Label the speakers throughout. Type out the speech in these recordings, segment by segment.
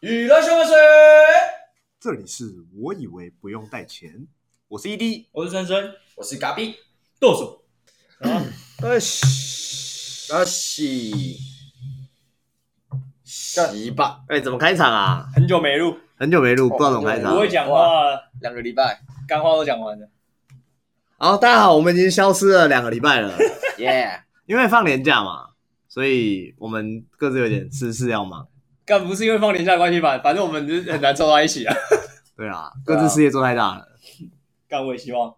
Speaker 1: 娱乐香水，
Speaker 2: 这里是我以为不用带钱，我是 E ED，
Speaker 3: 我是森森，
Speaker 1: 我是嘎比。
Speaker 3: 剁手。啊，
Speaker 2: 呃，嘘
Speaker 4: 那洗洗吧，
Speaker 2: 哎，怎么开场啊？哦
Speaker 3: 很久没录，
Speaker 2: 很久没录，不知道怎么开场
Speaker 3: 不。会讲话，
Speaker 4: 两个礼拜，
Speaker 3: 嗯干话都讲完了。
Speaker 2: 好，大家好，我们已经消失了两个礼拜了，
Speaker 4: 耶！
Speaker 2: 因为放年假嘛，所以我们各自有点私事要忙。
Speaker 3: 干不是因为放年假的关系吧？反正我们就是很难凑到一起啊。
Speaker 2: 对啊，
Speaker 4: 对
Speaker 2: 各
Speaker 4: 啊
Speaker 2: 自事业做太大了，
Speaker 3: 干我也希望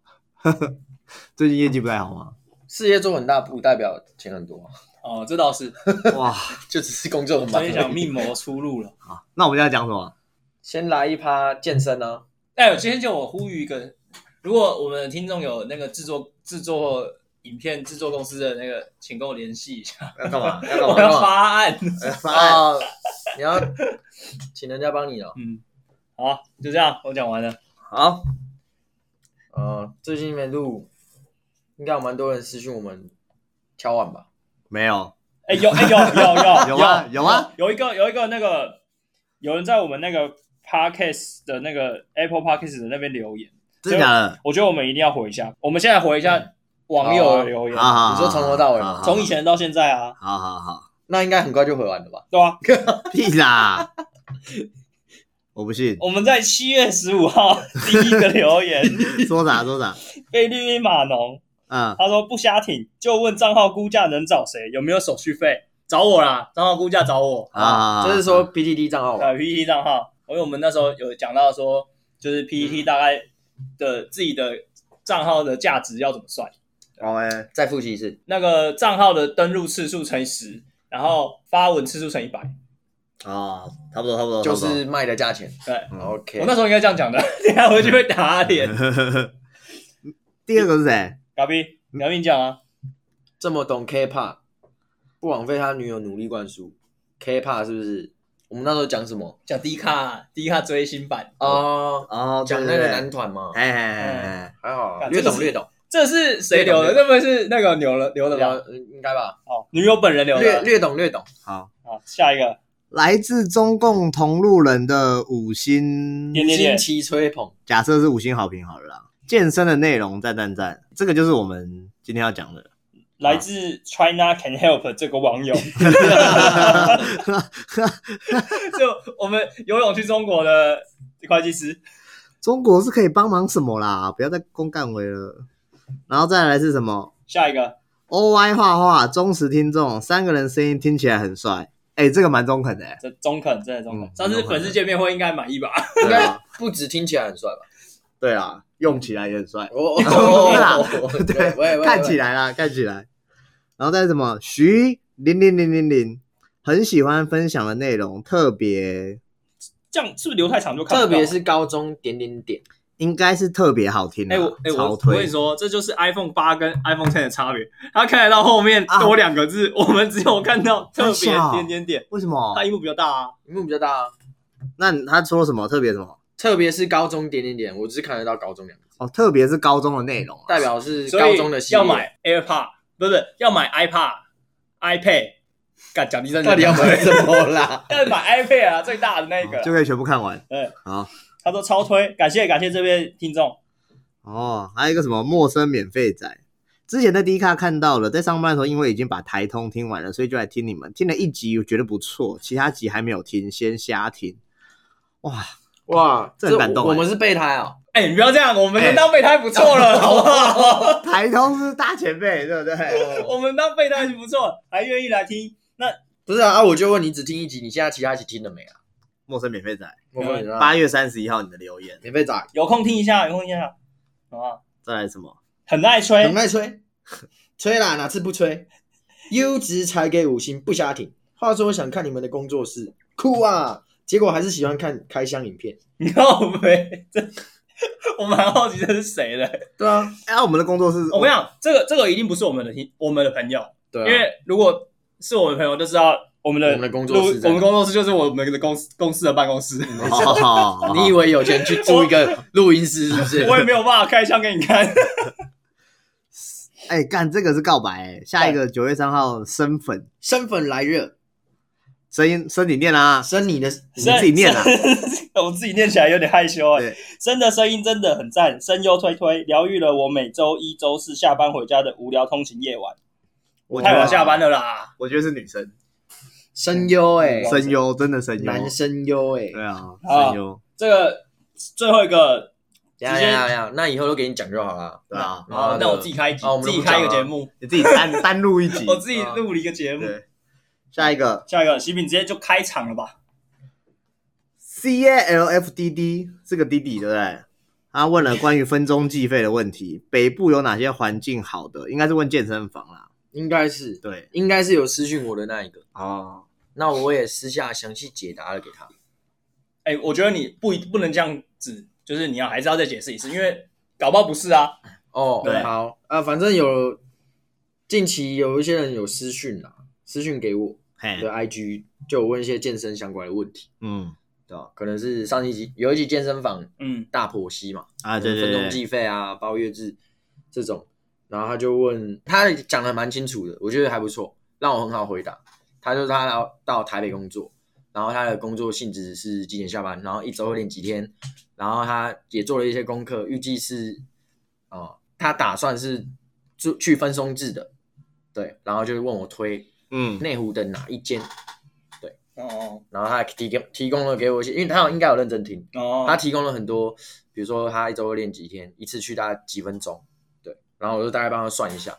Speaker 2: 最近业绩不太好嘛。
Speaker 4: 事业做很大不代表钱很多，
Speaker 3: 哦，这倒是，
Speaker 2: 哇，
Speaker 4: 就只是工作很
Speaker 3: 所
Speaker 4: 忙而
Speaker 3: 以
Speaker 4: 已。
Speaker 3: 想密谋出路了。
Speaker 2: 那我们现在讲什么？
Speaker 4: 先来一趴健身啊，
Speaker 3: 哎，今天就我呼吁一个，如果我们的听众有那个制作制作影片制作公司的那个，请跟我联系一下，
Speaker 4: 要干嘛？要
Speaker 3: 我
Speaker 4: 干
Speaker 3: 要
Speaker 4: 嘛？
Speaker 3: 发案。
Speaker 2: 哎
Speaker 4: 发
Speaker 2: 哦
Speaker 4: 案，哎你要请人家帮你哦。
Speaker 3: 嗯，好啊，就这样，我讲完了。
Speaker 4: 好，呃，最近没录，应该有蛮多人私讯我们敲碗吧？
Speaker 2: 没有，
Speaker 3: 哎，有哎有有有
Speaker 2: 有啊，有啊，
Speaker 3: 有一个有一个那个有人在我们那个 podcast 的那个 Apple podcast 的那边留言，
Speaker 2: 真的假的？
Speaker 3: 我觉得我们一定要回一下。我们现在回一下网友的留言，
Speaker 2: 嗯好啊好，
Speaker 4: 你说从头到尾吗
Speaker 2: 好
Speaker 3: 从以，前到现在啊，
Speaker 2: 好好好，
Speaker 4: 那应该很快就回完了吧？
Speaker 3: 对吧、
Speaker 2: 屁 啦，我不信，
Speaker 3: 我们在七月十五号第一个留言，
Speaker 2: 说啥说啥，
Speaker 3: 菲律宾码农
Speaker 2: 嗯，
Speaker 3: 他说不瞎挺，就问账号估价能找谁，有没有手续费？找我啦，账号估价找我
Speaker 2: 啊，
Speaker 4: 这是说 PDD 账号吧？
Speaker 3: 呃 PPT 账号，因为我们那时候有讲到说，就是 PPT 大概的自己的账号的价值要怎么算，
Speaker 2: 哦，哎，
Speaker 4: 再复习一次，
Speaker 3: 那个账号的登录次数乘以十，然后发文次数乘以百。
Speaker 2: 哦，差不多差不多，
Speaker 4: 就
Speaker 2: 差不多
Speaker 4: 是卖的价钱。
Speaker 3: 对，
Speaker 2: 嗯
Speaker 4: OK，
Speaker 3: 我哦那时候应该这样讲的， 等一下回去被打脸。
Speaker 2: 第二个是谁？
Speaker 3: 嘎逼，你要你讲啊，
Speaker 4: 这么懂 K-pop，不枉费他女友努力灌输 K-pop 是不是？我们那时候讲什么？
Speaker 3: 讲低卡，低卡追星版，
Speaker 4: 哦，
Speaker 2: 哦，
Speaker 4: 讲那
Speaker 2: 对
Speaker 4: 个
Speaker 2: 对对
Speaker 4: 男团嘛，
Speaker 2: 哎哎哎哎，
Speaker 4: 还好啊，
Speaker 3: 啊
Speaker 4: 略
Speaker 3: 这个
Speaker 4: 懂
Speaker 3: 是
Speaker 4: 略懂，
Speaker 3: 这是谁留的？这
Speaker 4: 略
Speaker 3: 不会是那个留了留的吧？
Speaker 4: 呃应该吧，
Speaker 3: 哦，女友本人留
Speaker 4: 略
Speaker 3: 的。
Speaker 4: 略懂略懂。
Speaker 2: 好，
Speaker 3: 好，下一个，
Speaker 2: 来自中共同路人的五星，
Speaker 3: 点点
Speaker 4: 新
Speaker 3: 点，
Speaker 4: 奇吹捧，
Speaker 2: 假设是五星好评好了啦。健身的内容赞赞赞，这个就是我们今天要讲 的。
Speaker 3: 来自 China Can Help 这个网友， 就我们游泳去中国的会计师，
Speaker 2: 中国是可以帮忙什么啦？不要再公干维了。然后再来是什么
Speaker 3: 下一个
Speaker 2: ？OY 画画忠实听众，三个人声音听起来很帅。哎、这个蛮中肯的、欸。
Speaker 3: 这中肯，真的中
Speaker 2: 嗯
Speaker 3: 肯。上次粉丝见面会应该满意吧？
Speaker 4: 应
Speaker 2: 对
Speaker 4: 该
Speaker 2: 啊，
Speaker 4: 不止听起来很帅吧？
Speaker 2: 对啊，用起来也很帅。
Speaker 4: 哦，
Speaker 2: 对啦
Speaker 4: 哦
Speaker 2: 对，看起
Speaker 4: 来
Speaker 2: 来啦，看起来。然后再是什么徐零零零零零，很喜欢分享的内容，特别
Speaker 3: 这样是不是留太长就看不到？
Speaker 4: 特别是高中点点点，
Speaker 2: 应该是特别好听的、
Speaker 3: 哎、
Speaker 2: 啊
Speaker 3: 我哎、我
Speaker 2: 超
Speaker 3: 我跟
Speaker 2: 推
Speaker 3: 你。说，这就是 iPhone 八跟 iPhone Ten 的差别。它看得到后面
Speaker 4: 啊
Speaker 3: 多两个字， 我们只有看 到特别
Speaker 2: 它小
Speaker 3: 点点点，
Speaker 2: 为什么
Speaker 3: 它？荧幕比较大啊。
Speaker 4: 屏幕比较大啊。
Speaker 2: 那你他说什么特别什么？
Speaker 4: 特别是高中点点点，我只是看得到高中两个字，
Speaker 2: 哦，特别是高中的内容、啊，
Speaker 4: 代表是
Speaker 3: 所
Speaker 4: 高
Speaker 3: 以
Speaker 4: 中的系列
Speaker 3: 要买 AirPod，不是要买 iPad、iPad。敢讲第三
Speaker 4: 到底要买哦什么啦？
Speaker 3: 要买 iPad 啊，最大的那个
Speaker 2: 好哦就。可以全部看完。
Speaker 3: 对，
Speaker 2: 好
Speaker 3: 他说超推，感谢感谢这位听众。
Speaker 2: 哦，还有一个什么陌生免费仔，之前在 D 卡看到了，在上班的时候，因为已经把台通听完了，所以就来听你们，听了一集，我觉得不错，其他集还没有听，先瞎听。哇，
Speaker 4: 哇，
Speaker 2: 这很感动
Speaker 4: 我
Speaker 2: 哎
Speaker 4: 们是备胎哦。
Speaker 3: 哎、你不要这样，我们能当备胎不错 了，好不好？
Speaker 2: 台通是大前辈，对不对？
Speaker 3: 我们当备胎就不错，还愿意来听，
Speaker 4: 不是啊，啊我就问你只听一集，你现在其他一集听了没啊？
Speaker 2: 陌生免费仔，
Speaker 4: 我问你啊，
Speaker 2: 八月三十一号你的留言，
Speaker 4: 免费仔，
Speaker 3: 有空听一下，有空听一下，好吧？
Speaker 2: 再来什么？
Speaker 3: 很爱吹，
Speaker 4: 很爱吹，吹啦，哪次不吹？优质才给五星，不瞎挺。话说想看你们的工作室，酷啊！结果还是喜欢看开箱影片。
Speaker 3: 你看我没？这我蛮好奇这是谁的。
Speaker 4: 对啊，
Speaker 2: 哎、啊，我们的工作室，
Speaker 3: 我跟你讲，这个这个一定不是我们的听我们的朋友，
Speaker 4: 对
Speaker 3: 因
Speaker 4: 啊，
Speaker 3: 为如果是我们的朋友，就知道我们的
Speaker 4: 我们的工作室
Speaker 3: 录
Speaker 4: 在
Speaker 3: 我们工作室就是我们的公司公司的办公 室。
Speaker 2: 哦，
Speaker 4: 你以为有钱去租一 个录音室是不是？
Speaker 3: 我也没有办法开箱给你 看。
Speaker 2: 哎，干这个是告白、哎下一个九月三号生粉，
Speaker 4: 身份来热，
Speaker 2: 声音身体念啊，
Speaker 5: 生你的
Speaker 2: 你自己念啊。
Speaker 3: 我自己念起来有点害羞哎、
Speaker 2: 对
Speaker 3: 真的声音真的很赞，声优推推，疗愈了我每周一、周四下班回家的无聊通勤夜晚。
Speaker 2: 我
Speaker 3: 太
Speaker 2: 觉得
Speaker 3: 晚下班了啦，
Speaker 2: 我觉得是女生，
Speaker 5: 声优哎，
Speaker 4: 嗯
Speaker 2: 声优真的声优，
Speaker 5: 男声优哎，
Speaker 2: 对啊，
Speaker 3: 啊
Speaker 2: 声优
Speaker 3: 这个最后一个
Speaker 4: 等一下
Speaker 3: 直接
Speaker 4: 等一下等一下，那以后都给你讲就好了。
Speaker 2: 对啊，
Speaker 4: 妈
Speaker 3: 啊，
Speaker 4: 的
Speaker 3: 那我自己开一集，
Speaker 4: 啊我们
Speaker 3: 自
Speaker 4: 都
Speaker 3: 己
Speaker 4: 不
Speaker 3: 开一个节
Speaker 4: 讲啊
Speaker 3: 目，
Speaker 2: 你自己单单录一集，
Speaker 3: 我自己录了一个节目。
Speaker 2: 对，下一个
Speaker 3: 下一个，喜饼直接就开场了吧？
Speaker 2: C A L F D D 这个弟弟对不对？他问了关于分钟计费的问题，北部有哪些环境好的？应该是问健身房啦。
Speaker 4: 应该是，
Speaker 2: 对，
Speaker 4: 应该是有私讯我的那一个，
Speaker 2: 哦，
Speaker 4: 那我也私下详细解答了给他。
Speaker 3: 哎、我觉得你不一不能这样子，就是你要还是要再解释一次，因为搞不好不是啊。
Speaker 4: 哦，
Speaker 3: 对
Speaker 4: 好，
Speaker 5: 啊，反正有近期有一些人有私讯啦，私讯给我
Speaker 2: 嘿
Speaker 4: 啊
Speaker 5: 的，IG 就有问一些健身相关的问题，
Speaker 2: 嗯，
Speaker 4: 对吧？可能是上一集有一集健身房
Speaker 3: 嗯，
Speaker 4: 大剖析嘛，
Speaker 2: 啊，对对
Speaker 4: 分钟
Speaker 2: 对，
Speaker 4: 计费啊，包月制这种，然后他就问，他讲的蛮清楚的，我觉得还不错，让我很好回答。他就他到到台北工作，然后他的工作性质是几点下班，然后一周会练几天，然后他也做了一些功课，预计是，哦、他打算是就去分松制的，对，然后就是问我推
Speaker 2: 嗯，
Speaker 4: 内湖的哪一间，
Speaker 3: 哦
Speaker 4: 然后他提供提供了给我一些，因为他有应该有认真听，
Speaker 3: 哦，
Speaker 4: 他提供了很多，比如说他一周会练几天，一次去大概几分钟，对，然后我就大概帮他算一下。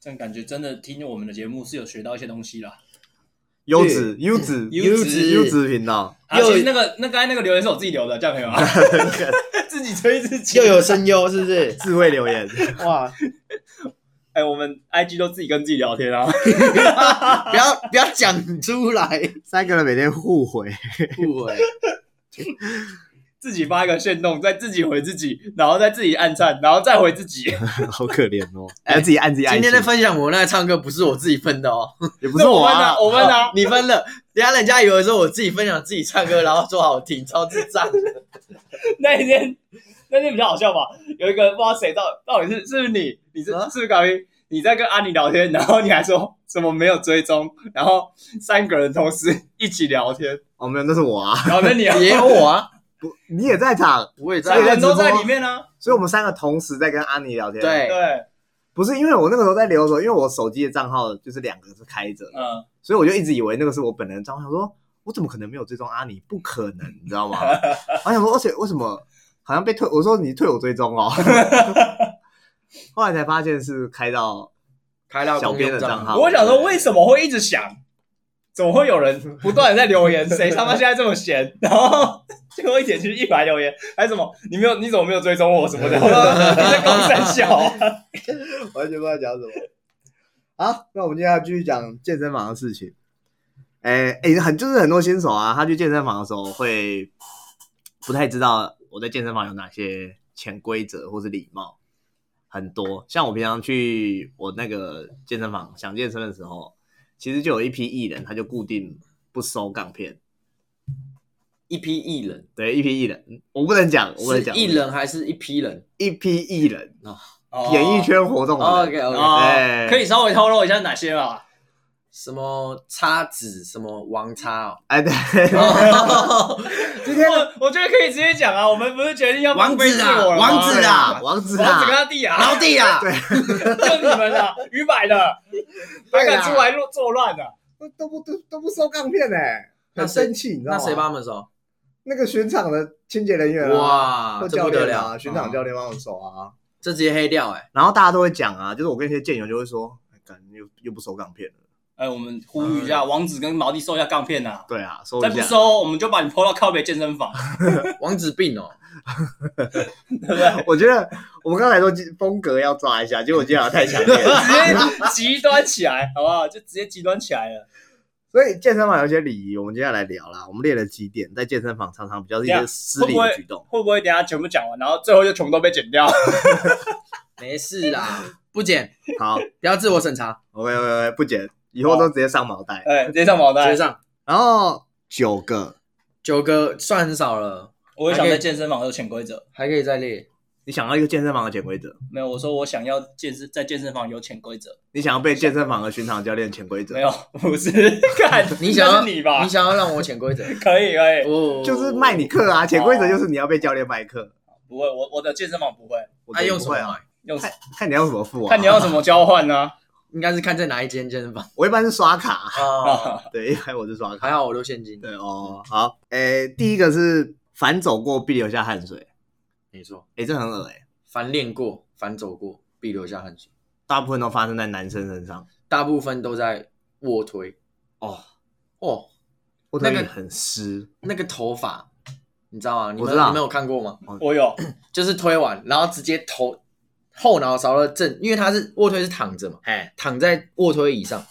Speaker 3: 这样感觉真的听我们的节目是有学到一些东西啦。
Speaker 2: 优质优质
Speaker 3: 优质
Speaker 2: 优质频道，？
Speaker 3: 啊，其实那个那刚才那个留言是我自己留的，这样可以 吗？自己吹自己
Speaker 5: 又有声优是不是
Speaker 2: 智慧留言，
Speaker 5: 哇，
Speaker 3: 哎、我们 IG 都自己跟自己聊天啊，
Speaker 5: 不要不要讲出来，
Speaker 2: 三个人每天互回，
Speaker 4: 不 回，
Speaker 3: 自己发一个线动，再自己回自己，然后再自己按赞，然后再回自己。
Speaker 2: 好可怜哦，还要自己按自己按
Speaker 4: 今
Speaker 2: 心。
Speaker 4: 天的分享我那个唱歌不是我自己分的哦，
Speaker 2: 也不是我
Speaker 3: 问
Speaker 2: 啊
Speaker 3: 啊，，我问啊，
Speaker 4: 你分了，等下人家以为说我自己分享自己唱歌，然后说好听，超智 障。
Speaker 3: 那一天那天比较好笑吧？有一个不知道谁到到底是是不是你？你
Speaker 2: 啊
Speaker 3: 是、是不是高一？你在跟阿尼聊天，然后你还说什么没有追踪，然后三个人同时一起聊天，
Speaker 2: 哦没有，那是我啊，
Speaker 3: 然后那你啊，
Speaker 4: 也有我啊，
Speaker 2: 不，你也在场，
Speaker 4: 我也
Speaker 3: 三
Speaker 4: 在
Speaker 3: 个
Speaker 2: 在
Speaker 3: 人
Speaker 4: 啊。
Speaker 3: 都在里面啊。
Speaker 2: 所以我们三个同时在跟安妮聊天。，
Speaker 3: 对，
Speaker 4: 对，
Speaker 2: 不是因为我那个时候在留的时候，因为我手机的账号就是两个是开着的，
Speaker 3: 嗯，
Speaker 2: 所以我就一直以为那个是我本人的账号，想说我怎么可能没有追踪阿尼？不可能，你知道吗？我想说，而且为什么好像被退？我说你退我追踪哦。 后来才发现是开到
Speaker 4: 开到
Speaker 2: 小
Speaker 4: 公
Speaker 2: 编的
Speaker 4: 用
Speaker 2: 账
Speaker 4: 账
Speaker 2: 号，
Speaker 3: 我想说为什么会一直想，怎么会有人 不断的在留 言？谁他妈现在这么闲？然后最后一点就是一排留言，还什么你没有你怎么没有追踪我什 么的？我说你在公三小啊？
Speaker 2: 完全不知道讲什么。好，那我们接下来继续讲健身房的事情。哎、哎、很就是很多新手啊，他去健身房的时候会不太知道我在健身房有哪些潜规则或是礼貌，很多。像我平常去我那个健身房想健身的时候，其实就有一批艺人，他就固定不收杠片。
Speaker 4: 一批艺人，
Speaker 2: 对，一批艺人，我不能讲，我不能
Speaker 4: 是
Speaker 2: 讲
Speaker 4: 艺，人还是一批人哦
Speaker 2: 一批艺人，演艺圈活动的人哎
Speaker 4: ？OK
Speaker 3: 哦
Speaker 4: OK，
Speaker 3: 哦
Speaker 2: 对
Speaker 3: 可以稍微透露一下哪些吗？
Speaker 4: 什么叉子，什么王叉 哦。
Speaker 2: 哎，对，今天
Speaker 3: 我我觉得可以直接讲啊，我们不是决定要
Speaker 4: 王
Speaker 3: 放飞
Speaker 4: 子啊
Speaker 3: 自我了吗
Speaker 4: 王子
Speaker 2: 王
Speaker 4: 啊
Speaker 2: 子
Speaker 3: 王子跟
Speaker 2: 啊，
Speaker 3: 他弟啊，
Speaker 4: 老弟啊，
Speaker 2: 对
Speaker 3: 就你们啊，于百 的，还
Speaker 4: 啊
Speaker 3: 敢出来作作乱啊的，
Speaker 2: 都都不都都不收杠片哎，
Speaker 4: 那
Speaker 2: 很
Speaker 4: 谁
Speaker 2: 生气，你知道
Speaker 4: 那
Speaker 2: 吗？
Speaker 4: 谁帮他们收？
Speaker 2: 那个巡场的清洁人员啊，
Speaker 4: 哇
Speaker 2: 或，
Speaker 4: 这
Speaker 2: 教
Speaker 4: 不得
Speaker 2: 练
Speaker 4: 了
Speaker 2: 啊，！巡场
Speaker 4: 嗯
Speaker 2: 教练帮我收啊。
Speaker 4: 这直接黑掉哎、
Speaker 2: 然后大家都会讲啊，就是我跟一些健友就会说，哎干又又不收杠片了。
Speaker 3: 哎，我们呼吁一下，王子跟毛弟收一下杠片啊。
Speaker 2: 对啊，收
Speaker 3: 再
Speaker 2: 一
Speaker 3: 不
Speaker 2: 下。
Speaker 3: 收，我们就把你拖到靠北健身 房，
Speaker 4: 王子病哦、
Speaker 3: 对不对？
Speaker 2: 我觉得我们刚才说风格要抓一下，结果今天好像太强烈了。
Speaker 3: 直接极端起来，好不好？就直接极端起来了。
Speaker 2: 所以健身房有一些礼仪，我们接下来聊啦。我们列了几点，在健身房常常比较是一
Speaker 3: 等一
Speaker 2: 些
Speaker 3: 下
Speaker 2: 失礼
Speaker 3: 会不
Speaker 2: 的
Speaker 3: 会
Speaker 2: 举动。
Speaker 3: 会不会等一下全部讲完，然后最后就全部都被剪 掉？
Speaker 4: 没事啦，不剪，
Speaker 2: 好
Speaker 4: 不要自我审查，
Speaker 2: ，OK OK OK，不剪，以后都直接上毛带。
Speaker 3: 哎，直接上毛
Speaker 4: 直接
Speaker 3: 带。
Speaker 4: 上
Speaker 2: 然后九个，
Speaker 4: 九个算很少了，哎
Speaker 3: 我也想在健身房有潜规则，
Speaker 4: 还可以再列。
Speaker 2: 你想要一个健身房的潜规则，
Speaker 3: 没有，我说我想要健身，在健身房有潜规则，
Speaker 2: 你想要被健身房的巡场教练潜规则，
Speaker 3: 没有，不是， 看
Speaker 4: 你想要
Speaker 3: 是你吧
Speaker 4: 你？想要让我潜规 则，哦
Speaker 3: 可以可以，
Speaker 4: 我
Speaker 2: 哎就是卖你课啊。潜规则就是你要被教练卖课，
Speaker 3: 不会，我我的健身房不会
Speaker 2: 我
Speaker 4: 他
Speaker 2: 觉得
Speaker 4: 用
Speaker 2: 不
Speaker 4: 什
Speaker 2: 会
Speaker 4: 么
Speaker 2: 啊？
Speaker 4: 买？
Speaker 3: 用，
Speaker 2: 看看你要什么付啊？
Speaker 3: 看你要怎么交换呢？
Speaker 4: 应该是看在哪一间健身房
Speaker 2: 我一般是刷卡，
Speaker 4: 啊。
Speaker 2: 对，一般我是刷卡。
Speaker 4: 还好我都现金，
Speaker 2: 对哦，好，诶、第一个是反走过必留下汗水，
Speaker 4: 没错，
Speaker 2: 诶、这很恶欸诶、
Speaker 4: 反练过，反走过，必留下汗水。
Speaker 2: 大部分都发生在男生身上。
Speaker 4: 大部分都在卧推
Speaker 2: 哦，
Speaker 4: 哦，
Speaker 2: 我腿
Speaker 4: 那个
Speaker 2: 很湿，
Speaker 4: 那个头发，你知道吗？你
Speaker 2: 我
Speaker 4: 们
Speaker 2: 知道
Speaker 4: 你们有看过吗？
Speaker 3: 我有，
Speaker 4: 就是推完，然后直接头后脑勺的正，因为他是卧推是躺着嘛，
Speaker 2: 哎、
Speaker 4: 躺在卧推椅上，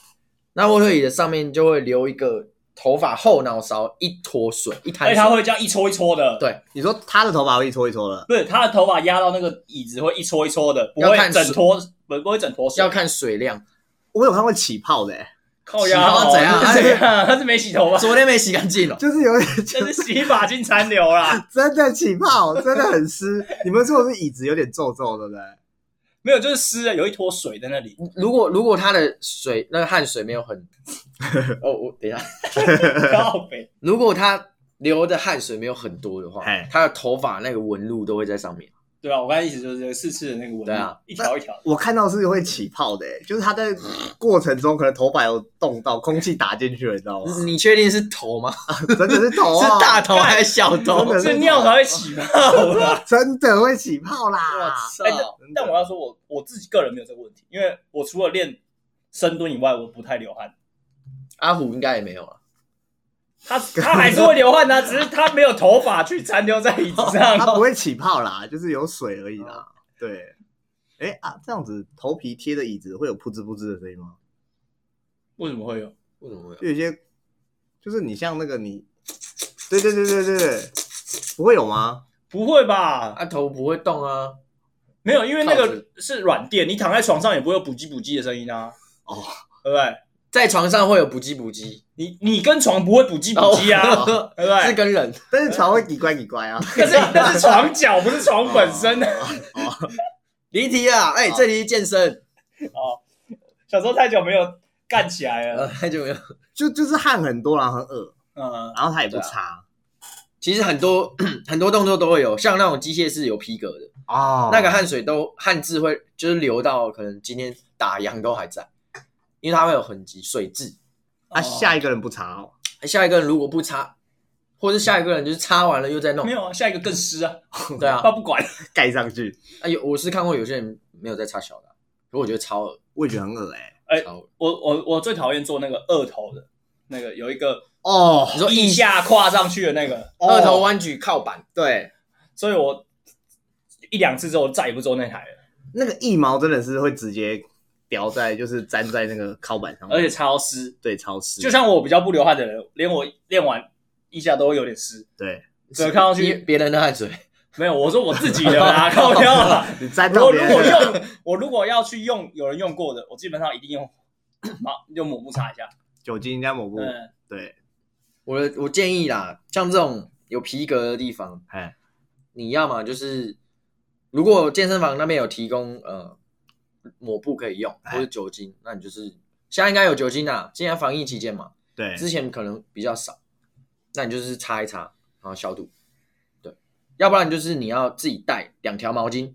Speaker 4: 那卧推椅的上面就会留一个头发后脑勺一坨水，一
Speaker 3: 而
Speaker 4: 滩
Speaker 2: 哎
Speaker 3: 且哎他
Speaker 4: 水，
Speaker 3: 会这样一撮一撮的，
Speaker 4: 对
Speaker 2: 你说他的头发会一撮一撮的，
Speaker 3: 不是他的头发压到那个椅子会一撮一撮的，不会
Speaker 4: 要看
Speaker 3: 整坨，不不会整坨水
Speaker 4: 要，看水量。
Speaker 2: 我有看过起泡的、欸诶
Speaker 3: 靠压
Speaker 4: 洗头
Speaker 3: 哦
Speaker 4: 发怎样啊
Speaker 3: 是怎样？他是没洗头发，
Speaker 4: 昨天没洗干净了，哦
Speaker 2: 就是有点
Speaker 3: 这是洗发精残留啦，
Speaker 2: 真的起泡，真的很湿。你们说的是椅子有点皱皱，对不对？
Speaker 3: 没有，就是湿的，有一坨水在那 里。
Speaker 4: 如果如果他的水那个汗水没有 很，哦我等一下，
Speaker 3: 靠北，
Speaker 4: 如果他流的汗水没有很多的话
Speaker 2: 嘿，
Speaker 4: 他的头发那个纹路都会在上面。
Speaker 3: 对啊，我刚才意思就是四次的那个纹路，
Speaker 4: 对啊
Speaker 3: 一条一条的。
Speaker 2: 我看到是会起泡的、诶就是他在过程中可能头发有动到，空气打进去了，你知道吗？
Speaker 4: 你确定是头吗？
Speaker 2: 真的是头啊，
Speaker 4: 嗯是大头还是小头？
Speaker 2: 真的
Speaker 3: 是
Speaker 4: 哦
Speaker 3: 尿才会起泡 啦。
Speaker 2: 真的会起泡啦！
Speaker 3: 哎但但我要说我，我自己个人没有这个问题，因为我除了练深蹲以外，我不太流汗。
Speaker 4: 阿虎应该也没有啊了。
Speaker 3: 他他还是会流汗的啊，只是他没有头发去残留在椅子上。
Speaker 2: 它不会起泡啦，就是有水而已啦。对，哎、啊，这样子头皮贴着椅子会有噗嗤噗嗤的声音吗？
Speaker 3: 为什么会有？
Speaker 4: 为什么会有？
Speaker 2: 就有些，就是你像那个你，对对对对对对，不会有吗？
Speaker 3: 不会吧？
Speaker 4: 啊，头不会动啊，
Speaker 3: 没有，因为那
Speaker 4: 靠
Speaker 3: 个
Speaker 4: 着
Speaker 3: 是软垫，你躺在床上也不会有补叽补叽的声音啊。
Speaker 2: 哦，
Speaker 3: 对不对？
Speaker 4: 在床上会有补叽补叽，
Speaker 3: 你你跟床不会补叽补叽啊，
Speaker 4: 哦
Speaker 3: 对不 对？
Speaker 4: 是跟人
Speaker 2: 但是床会叽乖叽乖啊。
Speaker 3: 那 是那是床脚，不是床本身啊。
Speaker 4: 哦离题啊。哎，这题是健身，
Speaker 3: 哦， 小时候太久没有干起来
Speaker 4: 呃
Speaker 3: 了。
Speaker 4: 太久没有。
Speaker 2: 就就是汗很多啦，很恶，
Speaker 3: 嗯，
Speaker 2: 然后它也不擦
Speaker 4: 其实很多 很多动作都会有，像那种机械式有皮革的，
Speaker 2: 哦
Speaker 4: 那个汗水都汗渍会就是流到可能今天打烊都还在，因为它会有痕迹水渍。哎
Speaker 2: 啊，下一个人不擦哦，
Speaker 4: 下一个人如果不擦，或是下一个人就是擦完了又再弄
Speaker 3: 没，有啊，下一个更湿啊，
Speaker 4: 对啊
Speaker 3: 他。不管。
Speaker 2: 盖上去，
Speaker 4: 哎有我是看过有些人没有在擦小的啊，可我觉得超恶
Speaker 2: 我也觉得很恶哎、
Speaker 3: 哎
Speaker 4: 超恶。
Speaker 3: 我我我最讨厌做那个二头的，那个有一个
Speaker 2: 哦
Speaker 4: 你说
Speaker 3: 腋
Speaker 4: 腋
Speaker 3: 下跨上去的那个，
Speaker 4: 二头弯举靠板，
Speaker 2: 对，
Speaker 3: 所以我一两次之后再也不做那台了，
Speaker 2: 那个腋毛真的是会直接掉在，就是粘在那个靠板上面，
Speaker 3: 而且超湿。
Speaker 2: 对潮湿，
Speaker 3: 就像我比较不流汗的人，连我练完腋下都会有点湿。
Speaker 2: 对
Speaker 3: 对，看上
Speaker 4: 别
Speaker 3: 去
Speaker 4: 别人的汗水，
Speaker 3: 没有，我说我自己的 啦，靠腰啊。
Speaker 2: 你沾到
Speaker 3: 我
Speaker 2: 别
Speaker 3: 如
Speaker 2: 人
Speaker 3: 果
Speaker 2: 的，
Speaker 3: 用，我如果要去用有人用过的，我基本上一定用 抹用抹布擦一下。
Speaker 2: 酒精加抹布，
Speaker 3: 嗯，
Speaker 2: 对，
Speaker 4: 我的我建议啦，像这种有皮革的地方，
Speaker 2: 哎，
Speaker 4: 你要么就是如果健身房那边有提供呃抹布可以用，
Speaker 2: 哎
Speaker 4: 或者酒精，那你就是现在应该有酒精啦，现在防疫期间嘛，
Speaker 2: 对，
Speaker 4: 之前可能比较少，那你就是擦一擦，然后消毒，对，要不然就是你要自己带两条毛巾，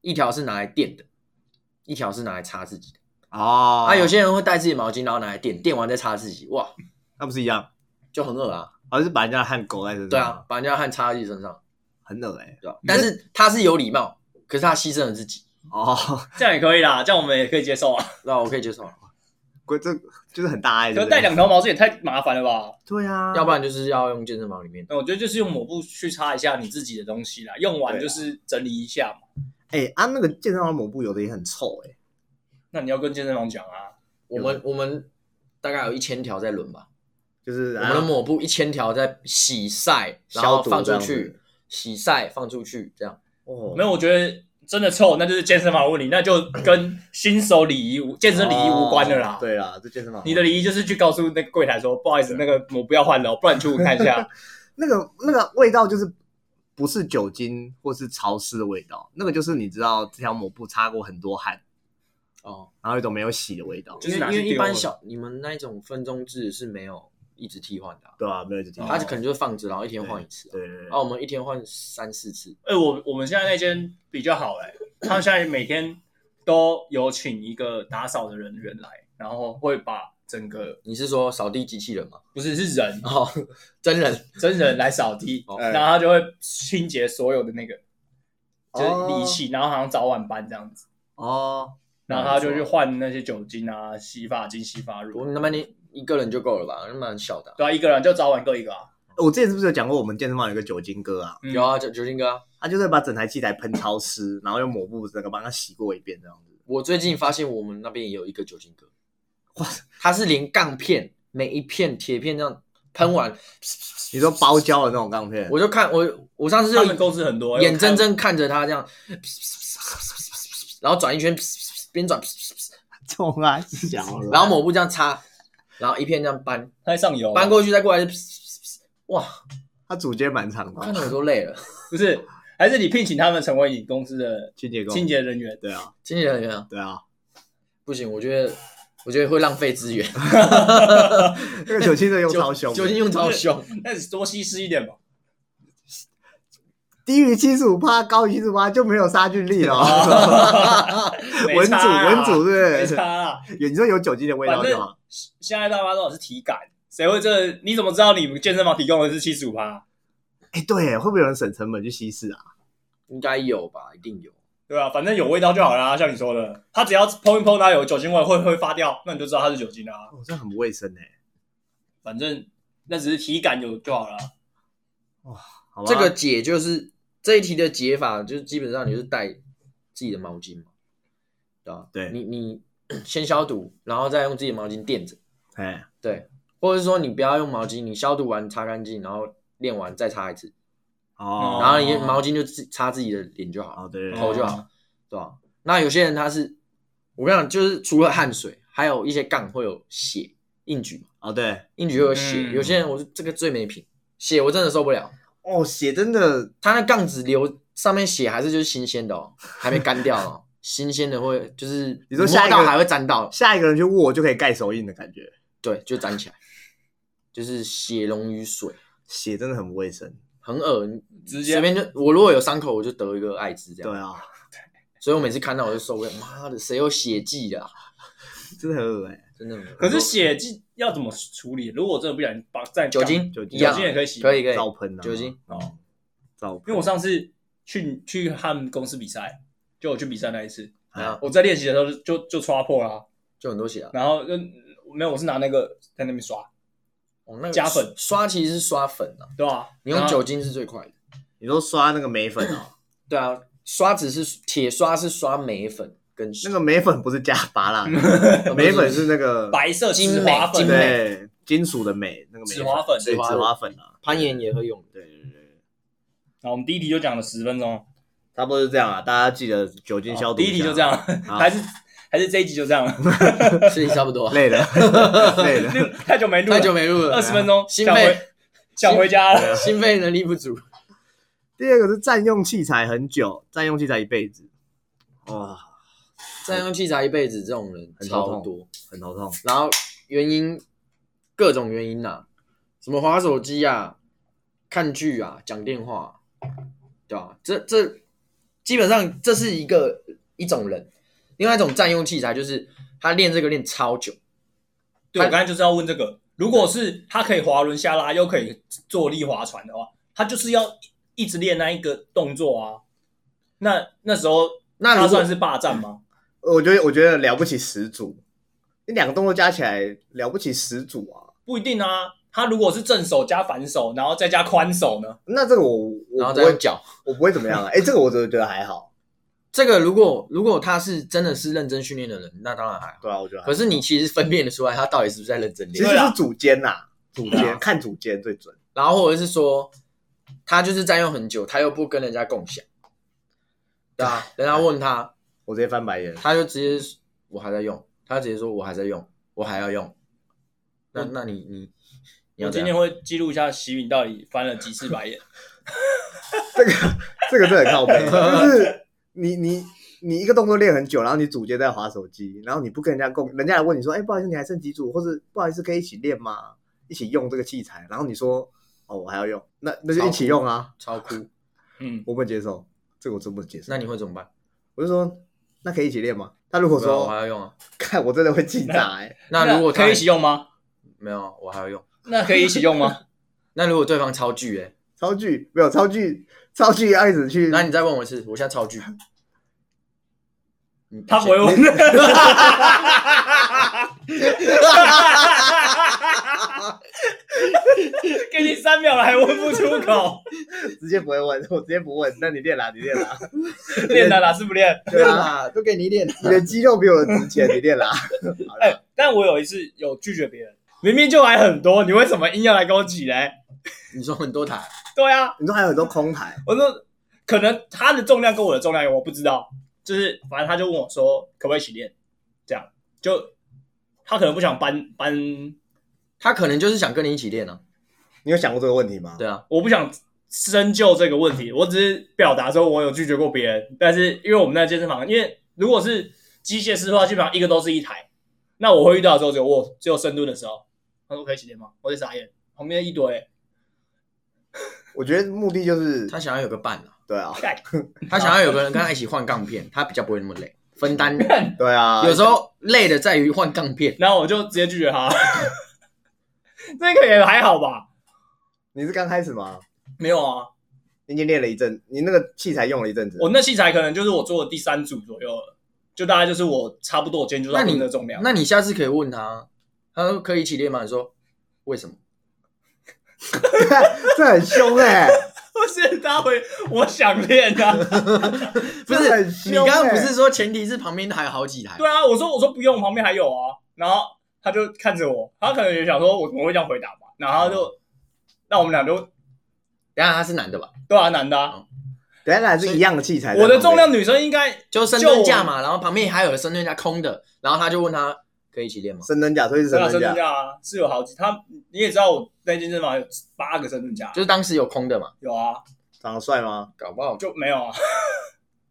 Speaker 4: 一条是拿来垫的，一条是拿来擦自己的。
Speaker 2: 哦，
Speaker 4: 啊，有些人会带自己毛巾，然后拿来垫，垫完再擦自己，哇，
Speaker 2: 那不是一样，
Speaker 4: 就很恶啊。
Speaker 2: 而是把人家的汗狗在身上，
Speaker 4: 对啊，，把人家的汗擦自己身上，
Speaker 2: 很冷哎，
Speaker 4: 对吧？但是他是有礼貌，可是他牺牲了自己，
Speaker 2: 哦，
Speaker 3: 这样也可以啦，这样我们也可以接受啊。
Speaker 4: 那我可以接受。
Speaker 2: 这就是很大爱，对
Speaker 3: 可
Speaker 2: 不
Speaker 3: 是
Speaker 2: 对
Speaker 3: 带两条毛巾也太麻烦了吧？
Speaker 2: 对啊，
Speaker 4: 要不然就是要用健身房里面的。
Speaker 3: 我觉得就是用抹布去擦一下你自己的东西啦，用完就是整理一下嘛。
Speaker 2: 哎啊，那个健身房抹布有的也很臭哎，
Speaker 3: 那你要跟健身房讲啊，
Speaker 4: 我们我们大概有一千条在轮吧，
Speaker 2: 就是
Speaker 4: 我
Speaker 2: 啊
Speaker 4: 们的抹布一千条在洗晒，然
Speaker 2: 消
Speaker 4: 后
Speaker 2: 毒
Speaker 4: 放
Speaker 2: 这
Speaker 4: 出
Speaker 2: 样
Speaker 4: 去
Speaker 2: 子，，
Speaker 4: 洗晒放出去，这样
Speaker 2: 哦
Speaker 3: 没有，我觉得真的臭，那就是健身房的问题，那就跟新手礼仪无健身礼仪无关的啦。
Speaker 2: 哦对啦，这健身房
Speaker 3: 你的礼仪就是去告诉那个柜台说，不好意思，那个抹布要换了哦，不然你去闻看一下。
Speaker 2: 那个那个味道就是不是酒精或是潮湿的味道，那个就是你知道这条抹布擦过很多汗，
Speaker 4: 哦，
Speaker 2: 然后有一种没有洗的味道。
Speaker 3: 就是
Speaker 4: 因
Speaker 3: 拿
Speaker 4: 为
Speaker 3: 去
Speaker 4: 因为一
Speaker 3: 丢
Speaker 4: 般
Speaker 3: 了
Speaker 4: 小你们那一种分钟制是没有一直替换的啊、
Speaker 2: 对啊，没有酒精。
Speaker 4: 它可能就是放着，然后一天换一次、啊。
Speaker 2: 对对对
Speaker 4: 然后我们一天换三四次，
Speaker 3: 哎、我我们现在那间比较好哎、他们现在每天都有请一个打扫的人员来，然后会把整个
Speaker 4: 你是说扫地机器人吗？
Speaker 3: 不是是人
Speaker 4: 哦， 真人
Speaker 3: 真人来扫地，
Speaker 4: 哦
Speaker 3: 然后他就会清洁所有的那个就是仪器，然后好像早晚班这样子，
Speaker 2: 哦，
Speaker 3: 然后他就去换那些酒精啊、洗发精、洗发
Speaker 4: 我
Speaker 3: 乳，
Speaker 4: 那么你一个人就够了吧？那蛮小的啊、
Speaker 3: 对啊，一个人就早晚各一个啊，
Speaker 2: 我之前是不是有讲过我们健身房有一个酒精哥啊？
Speaker 3: 嗯
Speaker 4: 有啊，酒酒精哥、啊，
Speaker 2: 他就是把整台器材喷潮湿，然后用抹布整个帮他洗过一遍这样子。
Speaker 4: 我最近发现我们那边也有一个酒精哥，哇，它是连杠片每一片铁片这样喷完，
Speaker 2: 你说包胶的那种钢片，
Speaker 4: 我就看我我上次
Speaker 3: 他们
Speaker 4: 就
Speaker 3: 公司很多，
Speaker 4: 眼睁睁看着它这样，然后转一圈，边转，
Speaker 2: 冲啊 小了
Speaker 4: 然后抹布这样擦，然后一片这样搬
Speaker 3: 他在上游啊
Speaker 4: 搬过去再过来，哇，
Speaker 2: 他主接蛮长
Speaker 4: 我看
Speaker 2: 的，
Speaker 4: 得我都累了。
Speaker 3: 不是，还是你聘请他们成为你公司的
Speaker 2: 清洁工。
Speaker 3: 清洁人员，
Speaker 2: 对啊，
Speaker 4: 经纪人员啊，
Speaker 2: 对啊，
Speaker 4: 不行，我觉得我觉得会浪费 资源，
Speaker 2: 那个酒精的 用超凶的，
Speaker 4: 酒精用超凶，
Speaker 3: 那你多稀释一点吧。
Speaker 2: 低于七十五帕，高于七十帕就没有杀菌力 了。
Speaker 3: 没
Speaker 2: 文主
Speaker 3: 差啊
Speaker 2: 文主
Speaker 3: 没
Speaker 2: 对
Speaker 3: 差啦，
Speaker 2: 有你说有酒精的味道
Speaker 3: 反
Speaker 2: 对
Speaker 3: 正
Speaker 2: 吗？
Speaker 3: 现在大家都是体感，谁会这？你怎么知道你们健身房提供的是七十五趴？
Speaker 2: 哎，对耶，会不会有人省成本去稀释啊？
Speaker 4: 应该有吧，一定有。
Speaker 3: 对啊吧、反正有味道就好啦，像你说的，它只要碰一碰它有酒精味会会发掉，那你就知道它是酒精啦、啊。
Speaker 2: 哦，这很不卫生哎。
Speaker 3: 反正那只是体感有就好啦。
Speaker 2: 好吧，
Speaker 4: 这个解就是这一题的解法，就是基本上你就是带自己的毛巾嘛，对吧？
Speaker 2: 对
Speaker 4: 你你 先消毒，然后再用自己的毛巾垫着，
Speaker 2: 哎，
Speaker 4: 对，或者是说你不要用毛巾，你消毒完擦干净，然后练完再擦一次，
Speaker 2: 哦，
Speaker 4: 然后你毛巾就自擦自己的脸就好了，
Speaker 2: 哦对对
Speaker 4: 头就好，对吧？那有些人他是，我跟你讲，就是除了汗水，还有一些杠会有血硬举嘛，
Speaker 2: 哦对，
Speaker 4: 硬举会有血，
Speaker 3: 嗯
Speaker 4: 有些人我是这个最没品，血我真的受不了。
Speaker 2: 哦血真的
Speaker 4: 它那杠子流上面血还是就是新鲜的哦，还没干掉哦， 新鲜的会就是
Speaker 2: 你说下一个
Speaker 4: 摸到还会沾到，
Speaker 2: 下一个人去握就可以盖手印的感觉，
Speaker 4: 对，就粘起来，就是血溶于水，
Speaker 2: 血真的很不卫生。
Speaker 4: 很恶你
Speaker 3: 直
Speaker 4: 随
Speaker 3: 接
Speaker 4: 便就我如果有伤口，我就得一个艾滋这
Speaker 2: 对
Speaker 4: 样，
Speaker 2: 啊，
Speaker 4: 所以我每次看到我就受不了，妈的，谁有血迹啊？
Speaker 2: 真的很恶哎。
Speaker 4: 真的很恶，
Speaker 3: 可是血迹要怎么处理？如果真的不小心把在
Speaker 4: 酒精
Speaker 2: 酒精
Speaker 4: 一样
Speaker 3: 酒精也可以洗
Speaker 4: 可以可以，
Speaker 2: 照喷啊，
Speaker 4: 酒精
Speaker 2: 哦，照
Speaker 3: 因为
Speaker 2: 喷。
Speaker 3: 我上次去去和公司比赛，就我去比赛那一次，
Speaker 4: 啊，
Speaker 3: 我在练习的时候就就刷破啦、
Speaker 4: 就很多血啊。
Speaker 3: 然后就没有，我是拿那个在那边刷，
Speaker 4: 哦那个
Speaker 3: 加粉
Speaker 4: 刷其实是刷粉啊，
Speaker 3: 对吧、
Speaker 4: 你用
Speaker 3: 然后
Speaker 4: 酒精是最快的。
Speaker 2: 你说刷那个眉粉哦，
Speaker 4: 对啊，刷子是铁刷是刷眉粉跟
Speaker 2: 那个眉 粉不是加拔啦，
Speaker 4: 呃不
Speaker 2: 眉粉是那个
Speaker 3: 白色
Speaker 4: 精
Speaker 3: 精华
Speaker 4: 美
Speaker 3: 粉
Speaker 4: 精美
Speaker 2: 对金属的镁，那个镁
Speaker 3: 紫花粉
Speaker 2: 对
Speaker 4: 紫花
Speaker 2: 紫花粉啊，
Speaker 4: 攀岩也 会用的。
Speaker 2: 对对对对，
Speaker 3: 然后我们第一题就讲了十分钟，
Speaker 2: 差不多是这样啊，大家记得酒精消毒。
Speaker 3: 哦第一题就这，样，
Speaker 4: 啊
Speaker 2: 好
Speaker 3: 还是还是这一集就这样 了，
Speaker 4: 是差不多。
Speaker 2: 累了，累了，
Speaker 3: 太久没录了，
Speaker 4: 太久没录了，啊
Speaker 3: 二十分钟，
Speaker 4: 心
Speaker 3: 想
Speaker 4: 肺
Speaker 3: 回想回家了。
Speaker 4: 心肺能力不 足。
Speaker 2: 第二个是占用器材很久，占用器材一辈子，哇，
Speaker 4: 占用器材一辈子这种人
Speaker 2: 很头
Speaker 4: 超
Speaker 2: 痛
Speaker 4: 多，
Speaker 2: 很头痛。
Speaker 4: 然后原因各种原因呐、啊，什么划手机啊、看剧啊、讲电话、对吧、这这基本上这是一个一种人，另外一种占用器材就是他练这个练超久，
Speaker 3: 对，我刚才就是要问这个，如果是他可以滑轮下拉，又可以坐立划船的话，他就是要一直练那一个动作啊。那那时候
Speaker 4: 那
Speaker 3: 他
Speaker 4: 如果
Speaker 3: 算是霸占吗？
Speaker 2: 我觉得我觉得了不起十组，你两个动作加起来了不起十组啊，
Speaker 3: 不一定啊。他如果是正手加反手，然后再加宽手呢？
Speaker 2: 那这个我
Speaker 4: 然
Speaker 2: 我不
Speaker 4: 后再用
Speaker 2: 会
Speaker 4: 脚，
Speaker 2: 我不会怎么样啊，哎，这个我真的觉得还好，
Speaker 4: 这个如果如果他是真的是认真训练的人，那当然还好。
Speaker 2: 对啊，我觉得还好
Speaker 4: 可是你其实分辨得出来他到底是不是在认真
Speaker 2: 其
Speaker 4: 练
Speaker 2: 实，
Speaker 3: 对啊
Speaker 2: 是组间呐，组
Speaker 3: 对啊
Speaker 2: 间看组间最准。
Speaker 4: 然后或者是说他就是占用很久，他又不跟人家共享，对啊，人家问他，
Speaker 2: 我直接翻白眼，
Speaker 4: 他就直接我还在用，他直接说我还在用，我还要用，那那你你你
Speaker 3: 我
Speaker 4: 要怎
Speaker 3: 今天
Speaker 4: 样
Speaker 3: 会记录一下喜饼到底翻了几次白眼。
Speaker 2: 这个这个真的很靠背，就是你你你一个动作练很久，然后你主接在划手机，然后你不跟人家共，人家来问你说，哎、不好意思，你还剩几组，或者不好意思，可以一起练吗？一起用这个器材，然后你说，哦，我还要用，那那就一起用啊，
Speaker 4: 超酷。
Speaker 3: 嗯，
Speaker 2: 我不能接受，这个我真不能接受。
Speaker 4: 那你会怎么办？
Speaker 2: 我就说，那可以一起练吗？他如果
Speaker 4: 我说我
Speaker 2: 说
Speaker 4: 还，要用啊。
Speaker 2: 看我真的会气炸哎、
Speaker 4: 那如果他
Speaker 3: 可以一起用吗？
Speaker 4: 没有，啊我还要用。
Speaker 3: 那 可以一起用吗？
Speaker 4: 那如果对方超巨哎，
Speaker 2: 超巨没有超巨，超巨要一直去，
Speaker 4: 那你再问我一次，我现在超巨。你
Speaker 3: 他不会问。 给你三秒了还问不出口，
Speaker 2: 直接不会问，我直接不问，那你练啦，你练啦，
Speaker 3: 练的哪是不 练？
Speaker 2: 对啊。
Speaker 5: 啊，都给你练。
Speaker 2: 你的肌肉比我的值钱，你练啦。好
Speaker 3: 哎、
Speaker 2: 啦
Speaker 3: 但我有一次有拒绝别人，明明就还很多，你为什么硬要来跟我挤嘞？
Speaker 4: 你说很多台，
Speaker 3: 对啊，
Speaker 2: 你说还有很多空台，
Speaker 3: 我说可能他的重量跟我的重量我不知道，就是反正他就问我说可不可以一起练，这样就他可能不想搬搬，
Speaker 4: 他可能就是想跟你一起练啊。
Speaker 2: 你有想过这个问题吗？
Speaker 4: 对啊，
Speaker 3: 我不想深究这个问题，我只是表达说我有拒绝过别人，但是因为我们那健身房，因为如果是机械式的话，基本上一个都是一台，那我会遇到的时候只有我只有深蹲的时候，他说可以一起练吗？我就傻眼，旁边一堆，
Speaker 2: 我觉得目的就是
Speaker 4: 他想要有个伴 啊，
Speaker 2: 对啊，
Speaker 3: 干
Speaker 4: 他想要有个人跟他一起换 杠片，他比较不会那么累，分担。
Speaker 2: 对啊，
Speaker 4: 有时候累的在于换杠片，
Speaker 3: 然后我就直接拒绝他， 这个也还好吧？
Speaker 2: 你是刚开始吗？
Speaker 3: 没有啊，
Speaker 2: 你已经练了一阵，你那个器材用了一阵子，
Speaker 3: 我那器材可能就是我做的第三组左右了，就大概就是我差不多我今天就是要
Speaker 4: 那你
Speaker 3: 蹲的重量。
Speaker 4: 那你下次可以问他，他说可以一起练吗？你说为什么？
Speaker 2: 这很凶哎，
Speaker 3: 不是他会，我想练啊。
Speaker 4: 不
Speaker 2: 这
Speaker 4: 是
Speaker 2: 很凶
Speaker 4: 你
Speaker 2: 欸
Speaker 4: 刚刚不是说前提是旁边还有好几台？
Speaker 3: 对啊，我说我说不用，旁边还有啊。然后他就看着我，他可能也想说我怎么会这样回答吧。然后他就，那我们俩就
Speaker 4: 等一下他是男的吧？
Speaker 3: 对啊，男的、啊，
Speaker 2: 等一下还是一样的器材。
Speaker 3: 我的重量女生应该
Speaker 4: 就深蹲架嘛，然后旁边还有深蹲架空的，然后他就问他可以一起练吗？
Speaker 2: 深蹲架，所以是
Speaker 3: 对啊，
Speaker 2: 深
Speaker 3: 深蹲
Speaker 2: 蹲架，
Speaker 3: 架啊是有好几，他你也知道我那健身房有八个深蹲架
Speaker 4: 就，是当时有空的嘛，
Speaker 3: 有啊，
Speaker 2: 长得帅吗？
Speaker 4: 搞不好
Speaker 3: 就没有啊，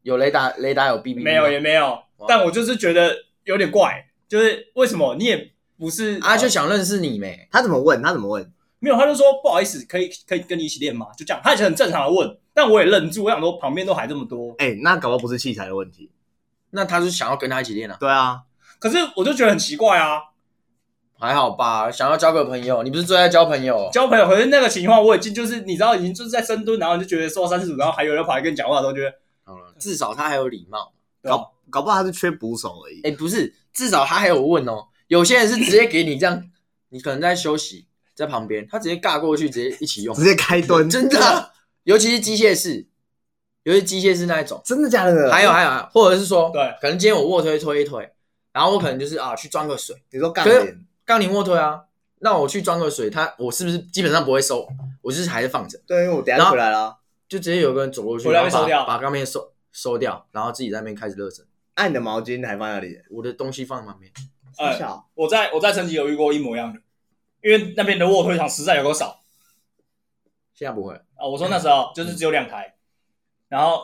Speaker 4: 有雷达，雷达有 B B，
Speaker 3: 没有也没有
Speaker 4: 哇，
Speaker 3: 但我就是觉得有点怪，就是为什么你也不是呃
Speaker 4: 啊，就想认识你没？
Speaker 2: 他怎么问？他怎么问？
Speaker 3: 没有，他就说不好意思，可以可以跟你一起练吗？就这样，他也是很正常的问，但我也愣住，我想说旁边都还这么多，
Speaker 2: 哎，那搞不好不是器材的问题。
Speaker 4: 那他是想要跟他一起练啊？
Speaker 2: 对啊，
Speaker 3: 可是我就觉得很奇怪啊，
Speaker 4: 还好吧，想要交个朋友，你不是最爱交朋友？
Speaker 3: 交朋友，可是那个情况我已经就是你知道已经就是在深蹲，然后你就觉得说三十组，然后还有人跑来跟你讲话，都觉得
Speaker 4: 好了，至少他还有礼貌。
Speaker 3: 对啊
Speaker 2: 搞搞不好他是缺捕手而已。
Speaker 4: 哎、不是，至少他还有问哦。有些人是直接给你这样，你可能在休息，在旁边，他直接尬过去，直接一起用
Speaker 2: 直，接开蹲，
Speaker 4: 真的啊。尤其是机械式，尤其是机械式那一种。
Speaker 2: 真的假的？
Speaker 4: 还有还有，还有或者是说，
Speaker 3: 对，
Speaker 4: 可能今天我卧推推一推，然后我可能就是啊去装个水，
Speaker 2: 你说杠
Speaker 4: 可是
Speaker 2: 铃，
Speaker 4: 杠铃卧推啊，那我去装个水，他我是不是基本上不会收？我就是还是放着，
Speaker 2: 对，因为我等一
Speaker 4: 然
Speaker 2: 下
Speaker 4: 后
Speaker 2: 回来了。
Speaker 4: 就直接有个人走过去，
Speaker 3: 回来
Speaker 4: 然
Speaker 3: 被
Speaker 4: 后把
Speaker 3: 收掉
Speaker 4: 把杠片收收掉，然后自己在那边开始热身。
Speaker 2: 按你的毛巾还放那里，
Speaker 4: 我的东西放旁边，
Speaker 3: 哎
Speaker 4: 呃
Speaker 2: 小小
Speaker 3: 我在我在成吉有遇过一模一样的，因为那边的卧推场实在有够少
Speaker 4: 现在不会了。
Speaker 3: 啊，我说那时
Speaker 4: 嗯
Speaker 3: 候就是只有两台，然后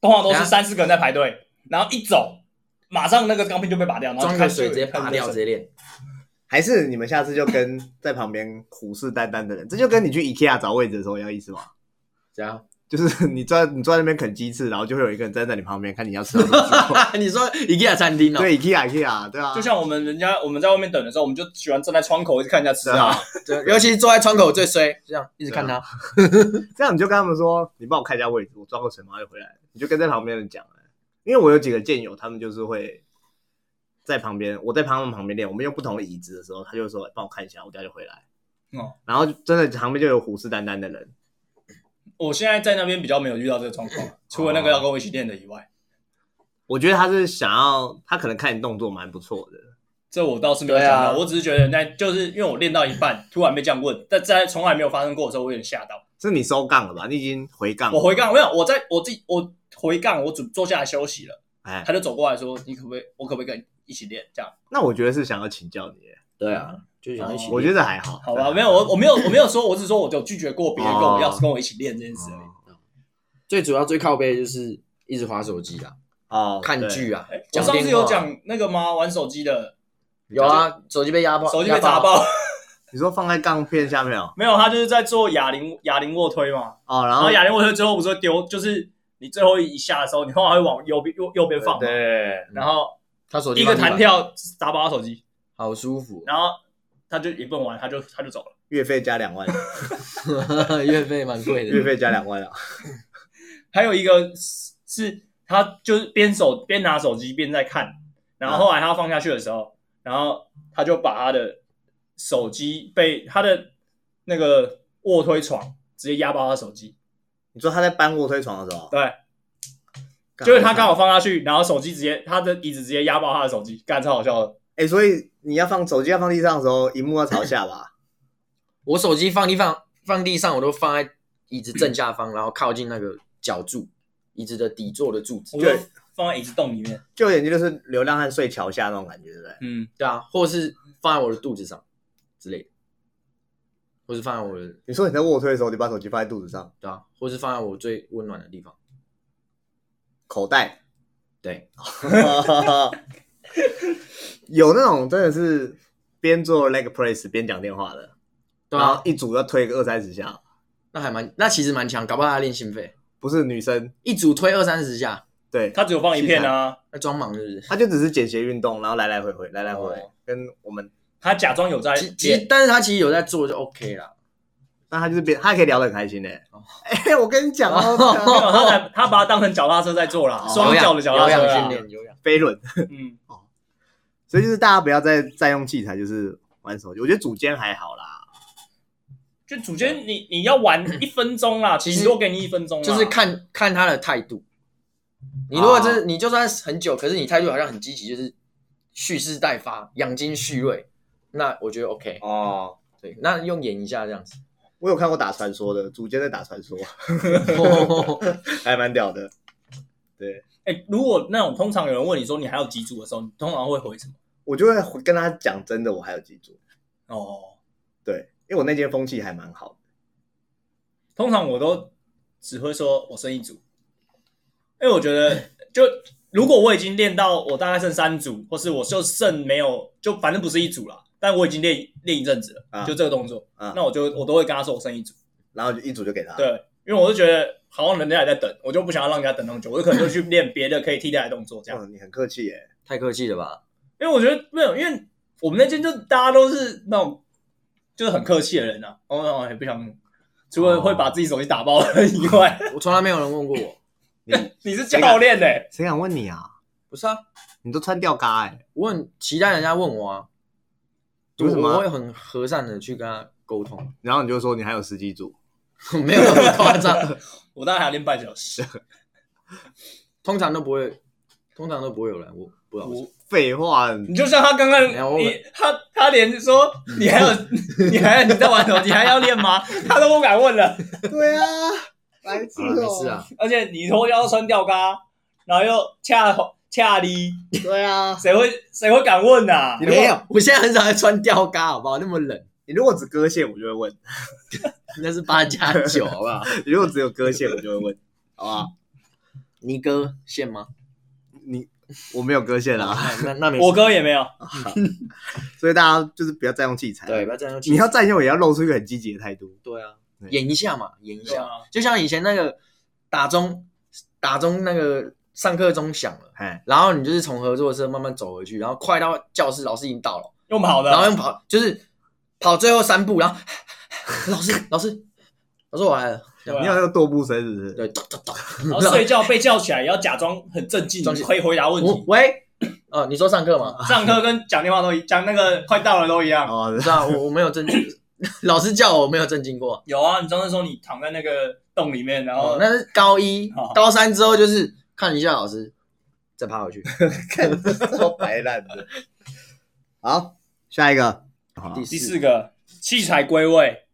Speaker 3: 通常都是三四个人在排队，然后一走马上那个钢片就被拔掉，然后
Speaker 4: 装
Speaker 3: 就
Speaker 4: 个
Speaker 3: 开
Speaker 4: 水直接拔掉，直接练。
Speaker 2: 还是你们下次 就跟在旁边虎视眈眈的人，这就跟你去 IKEA 找位置的时候一样意思吗？
Speaker 4: 怎 样？
Speaker 2: 就是你坐在你坐在那边啃鸡翅，然后就会有一个人站在你旁边看你要吃到什么时 候。
Speaker 4: 你说 IKEA 餐厅哦？
Speaker 2: 对 IKEA IKEA，对啊，
Speaker 3: 就像我们人家我们在外面等的时候，我们就喜欢站在窗口一直看人家吃
Speaker 2: 对
Speaker 3: 啊
Speaker 2: 啊。
Speaker 4: 对，啊尤其是坐在窗口最衰，这样一直看他。
Speaker 2: 这样你就跟他们说，你帮我看一下位置，我装个水马上就回来了。你就跟在旁边的人讲，因为我有几个健友，他们就是会在旁边，我在他们旁边练，我们用不同的椅子的时候，他就说帮我看一下，我等下就回来。
Speaker 3: 哦，
Speaker 2: 然后真的旁边就有虎视眈眈的人，
Speaker 3: 我现在在那边比较没有遇到这个状况，除了那个要跟我一起练的以外，
Speaker 2: 我觉得他是想要，他可能看你动作蛮不错的，
Speaker 3: 这我倒是没有想
Speaker 4: 对
Speaker 3: 到。
Speaker 4: 啊
Speaker 3: 我只是觉得那就是因为我练到一半，突然被这样问，但在从来没有发生过的时候，我有点吓到。
Speaker 2: 是你收杠了吧？你已经回杠了，
Speaker 3: 我回杠没有，我在我自己我回杠，我准坐下来休息了，
Speaker 2: 哎，
Speaker 3: 他就走过来说：“你可不可以，我可不可以跟你一起练？”这样
Speaker 2: 那我觉得是想要请教你耶，
Speaker 4: 对啊，就是想一起
Speaker 3: 哦
Speaker 4: 练。
Speaker 2: 我觉得还好，
Speaker 3: 好吧，没有我我没有我没有说，我只是说我有拒绝过别人跟我要跟我一起练这件事而已。
Speaker 4: 最主要最靠背就是一直划手机啦，
Speaker 2: 哦，
Speaker 4: 看
Speaker 2: 对，
Speaker 4: 剧啊。
Speaker 3: 哎我
Speaker 4: 讲
Speaker 3: 上次
Speaker 4: 电话
Speaker 3: 有讲那个吗？玩手机的，
Speaker 4: 有啊，手机被压爆，
Speaker 3: 手机被
Speaker 4: 压
Speaker 3: 砸。 爆，
Speaker 2: 你说放在杠片下面哦，
Speaker 3: 没有，他就是在做哑铃哑铃卧推嘛。
Speaker 2: 哦，然
Speaker 3: 然
Speaker 2: 后
Speaker 3: 后哑铃卧推最后不是会丢，就是你最后一下的时候，你后来会往右边右右边放嘛，
Speaker 2: 对，
Speaker 3: 然后
Speaker 4: 他手机
Speaker 3: 一个
Speaker 4: 放地
Speaker 3: 弹
Speaker 4: 板，
Speaker 3: 跳砸爆他手机，
Speaker 4: 好舒服。
Speaker 3: 然后他就也不能玩，他就他就走了。
Speaker 2: 月费加两万，
Speaker 3: 嗯
Speaker 4: 月费蛮贵
Speaker 2: 月
Speaker 4: 的，
Speaker 2: 费加两万啊，
Speaker 3: 还有一个是是他就是边手边拿手机边在看，然后后来他放下去的时候，然后他就把他的手机被他的那个卧推床直接压爆他手机，
Speaker 2: 你说他在搬卧推床的时候，啊
Speaker 3: 对，
Speaker 2: 干
Speaker 3: 就是他刚好，放下去，然后手机直接他的椅子直接压爆他的手机，干超好笑的。
Speaker 2: 哎，所以你要放手机要放地上的时候，荧幕要朝下吧？
Speaker 4: 我手机放地放放地上，我都放在椅子正下方，然后靠近那个脚柱，椅子的底座的柱子
Speaker 3: 我。就放在椅子洞里面，
Speaker 2: 就有点就是流浪汉睡桥下那种感觉，对不对？
Speaker 3: 嗯，
Speaker 4: 对啊，或是放在我的肚子上之类的，或是放在我的
Speaker 2: 你说你在卧推的时候，你把手机放在肚子上，
Speaker 4: 对啊，或是放在我最温暖的地方。
Speaker 2: 口袋，
Speaker 4: 对，
Speaker 2: 有那种真的是边做 leg press 边讲电话的，
Speaker 4: 对
Speaker 2: 然后
Speaker 4: 啊，
Speaker 2: 一组要推个二三十下，
Speaker 4: 那还蛮，那其实蛮强，搞不好他练心肺，
Speaker 2: 不是女生，
Speaker 4: 一组推二三十下，
Speaker 2: 对，
Speaker 3: 他只有放一片啊，
Speaker 4: 那装忙是不是？
Speaker 2: 她就只是简谐运动，然后来来回回，来来回回
Speaker 3: 哦，
Speaker 2: 跟我们，
Speaker 3: 他假装有在
Speaker 4: 其其实，但是他其实有在做就 OK 啦。
Speaker 2: 那她就是边，她可以聊得很开心呢。 哎，我跟你讲
Speaker 3: 没
Speaker 2: 哦，
Speaker 3: 有他才他把它当成脚踏车在做啦，双脚的脚踏
Speaker 4: 哦有
Speaker 3: 车啊
Speaker 4: 氧训
Speaker 3: 啦，
Speaker 4: 练，有氧。
Speaker 2: 飞轮，
Speaker 3: 嗯，
Speaker 2: 所以就是大家不要再再用器材，就是玩手机。我觉得组间还好啦，
Speaker 3: 就主角你你要玩一分钟啦，
Speaker 4: 其实
Speaker 3: 顶多给你一分钟啦，
Speaker 4: 就是看看他的态度。你如果真、
Speaker 3: 啊
Speaker 2: 哦
Speaker 4: 是你就算很久，可是你态度好像很积极，就是蓄势待发、养精蓄锐，那我觉得 OK。
Speaker 2: 哦。
Speaker 4: 对，那用演一下这 样子，
Speaker 2: 我有看过打传说的，组间在打传说， 还蛮屌的。
Speaker 3: 哎、如果那种通常有人问你说你还有几组的时候，你通常会回什么？
Speaker 2: 我就会跟他讲真的，我还有记住，
Speaker 3: 哦，
Speaker 2: 对，因为我那间风气还蛮好的。
Speaker 3: 通常我都只会说我剩一组，因为我觉得就如果我已经练到我大概剩三组，或是我就剩没有，就反正不是一组啦，但我已经练练一阵子了，
Speaker 2: 啊
Speaker 3: 就这个动作，
Speaker 2: 啊
Speaker 3: 那我就我都会跟他说我剩一组，
Speaker 2: 然后就一组就给
Speaker 4: 啊
Speaker 2: 他。，
Speaker 3: 对，因为我就觉得好像人家也在等，我就不想要让人家等那么久，我就可能就去练别的可以替代的动作这样。
Speaker 2: 哇，你很客气耶。
Speaker 4: 太客气了吧？
Speaker 3: 因为我觉得没有，因为我们那间就大家都是那种就是很客气的人啊，我我也不想，除
Speaker 2: 哦
Speaker 3: 了会把自己手机打爆的人以外，
Speaker 4: 我从来没有人问过我，
Speaker 2: 你
Speaker 3: 你是教练欸呢、
Speaker 2: 谁敢问你啊？
Speaker 4: 不是啊？
Speaker 2: 你都穿吊嘎哎，
Speaker 4: 我很期待人家问我啊，
Speaker 2: 为什么啊
Speaker 4: 我我会很和善的去跟他沟通，
Speaker 2: 然后你就说你还有十几组，
Speaker 4: 没有那么夸 张，
Speaker 3: 我大概还要练半小时，
Speaker 4: 通常都不会，通常都不会有人，我不知道为什么。
Speaker 2: 废话，
Speaker 3: 你就像他刚刚
Speaker 4: 没有我
Speaker 3: 你他他连说你 还有你还你在玩手机还要练吗？他都不敢问了，
Speaker 2: 对啊，白痴
Speaker 4: 好了，没事啊，
Speaker 3: 而且你脱掉穿吊嘎，然后又恰恰哩，
Speaker 2: 对啊，
Speaker 3: 谁会谁会敢问啊？
Speaker 2: 哦你如果
Speaker 4: 没有，我现在很少在穿吊嘎，好不好？那么冷，
Speaker 2: 你如果只割线，我就会问；
Speaker 4: 那是八加九，好 不好？
Speaker 2: 你如果只有割线，我就会 问，好吧？
Speaker 4: 尼哥线吗？
Speaker 2: 你我没有割线啊，
Speaker 4: 那那没事
Speaker 3: 我哥也没有，
Speaker 2: 所以大家就是不要再用器材。
Speaker 4: 对，，不要这样用气
Speaker 2: 你要占用也要露出一个很积极的态度。
Speaker 4: 对啊
Speaker 2: 对，
Speaker 4: 演一下嘛，演一
Speaker 3: 对
Speaker 4: 下，
Speaker 3: 啊
Speaker 4: 就像以前那个打钟，打钟那个上课钟响了。
Speaker 2: 哎，
Speaker 4: 然后你就是从合作社慢慢走回去，然后快到教室，老师已经到了，
Speaker 3: 用跑的
Speaker 4: 然后用跑，就是跑最后三步，然后 老师老师老师我来了，
Speaker 3: 对啊
Speaker 2: 你有那个跺步声是不是？
Speaker 4: 对，咚咚咚
Speaker 3: 然后睡觉被叫起来也要假装很镇静，
Speaker 4: 装起来哦
Speaker 3: 可以回答问
Speaker 4: 我
Speaker 3: 题。
Speaker 4: 喂，呃，你说上课吗？
Speaker 3: 上课跟讲电话都一讲，那个快到了都一样。
Speaker 2: 哦
Speaker 4: 不， 是啊，我我没有震惊， 老师叫我我没有震惊过，
Speaker 3: 有啊，你上次说你躺在那个洞里面，然
Speaker 4: 哦
Speaker 3: 后，
Speaker 4: 那是高一
Speaker 3: 哦，
Speaker 4: 高三之后就是看一下老师，再爬回去。
Speaker 2: 看超白烂的。 好，下一个，好
Speaker 4: 第
Speaker 3: 哦第四个器材归位，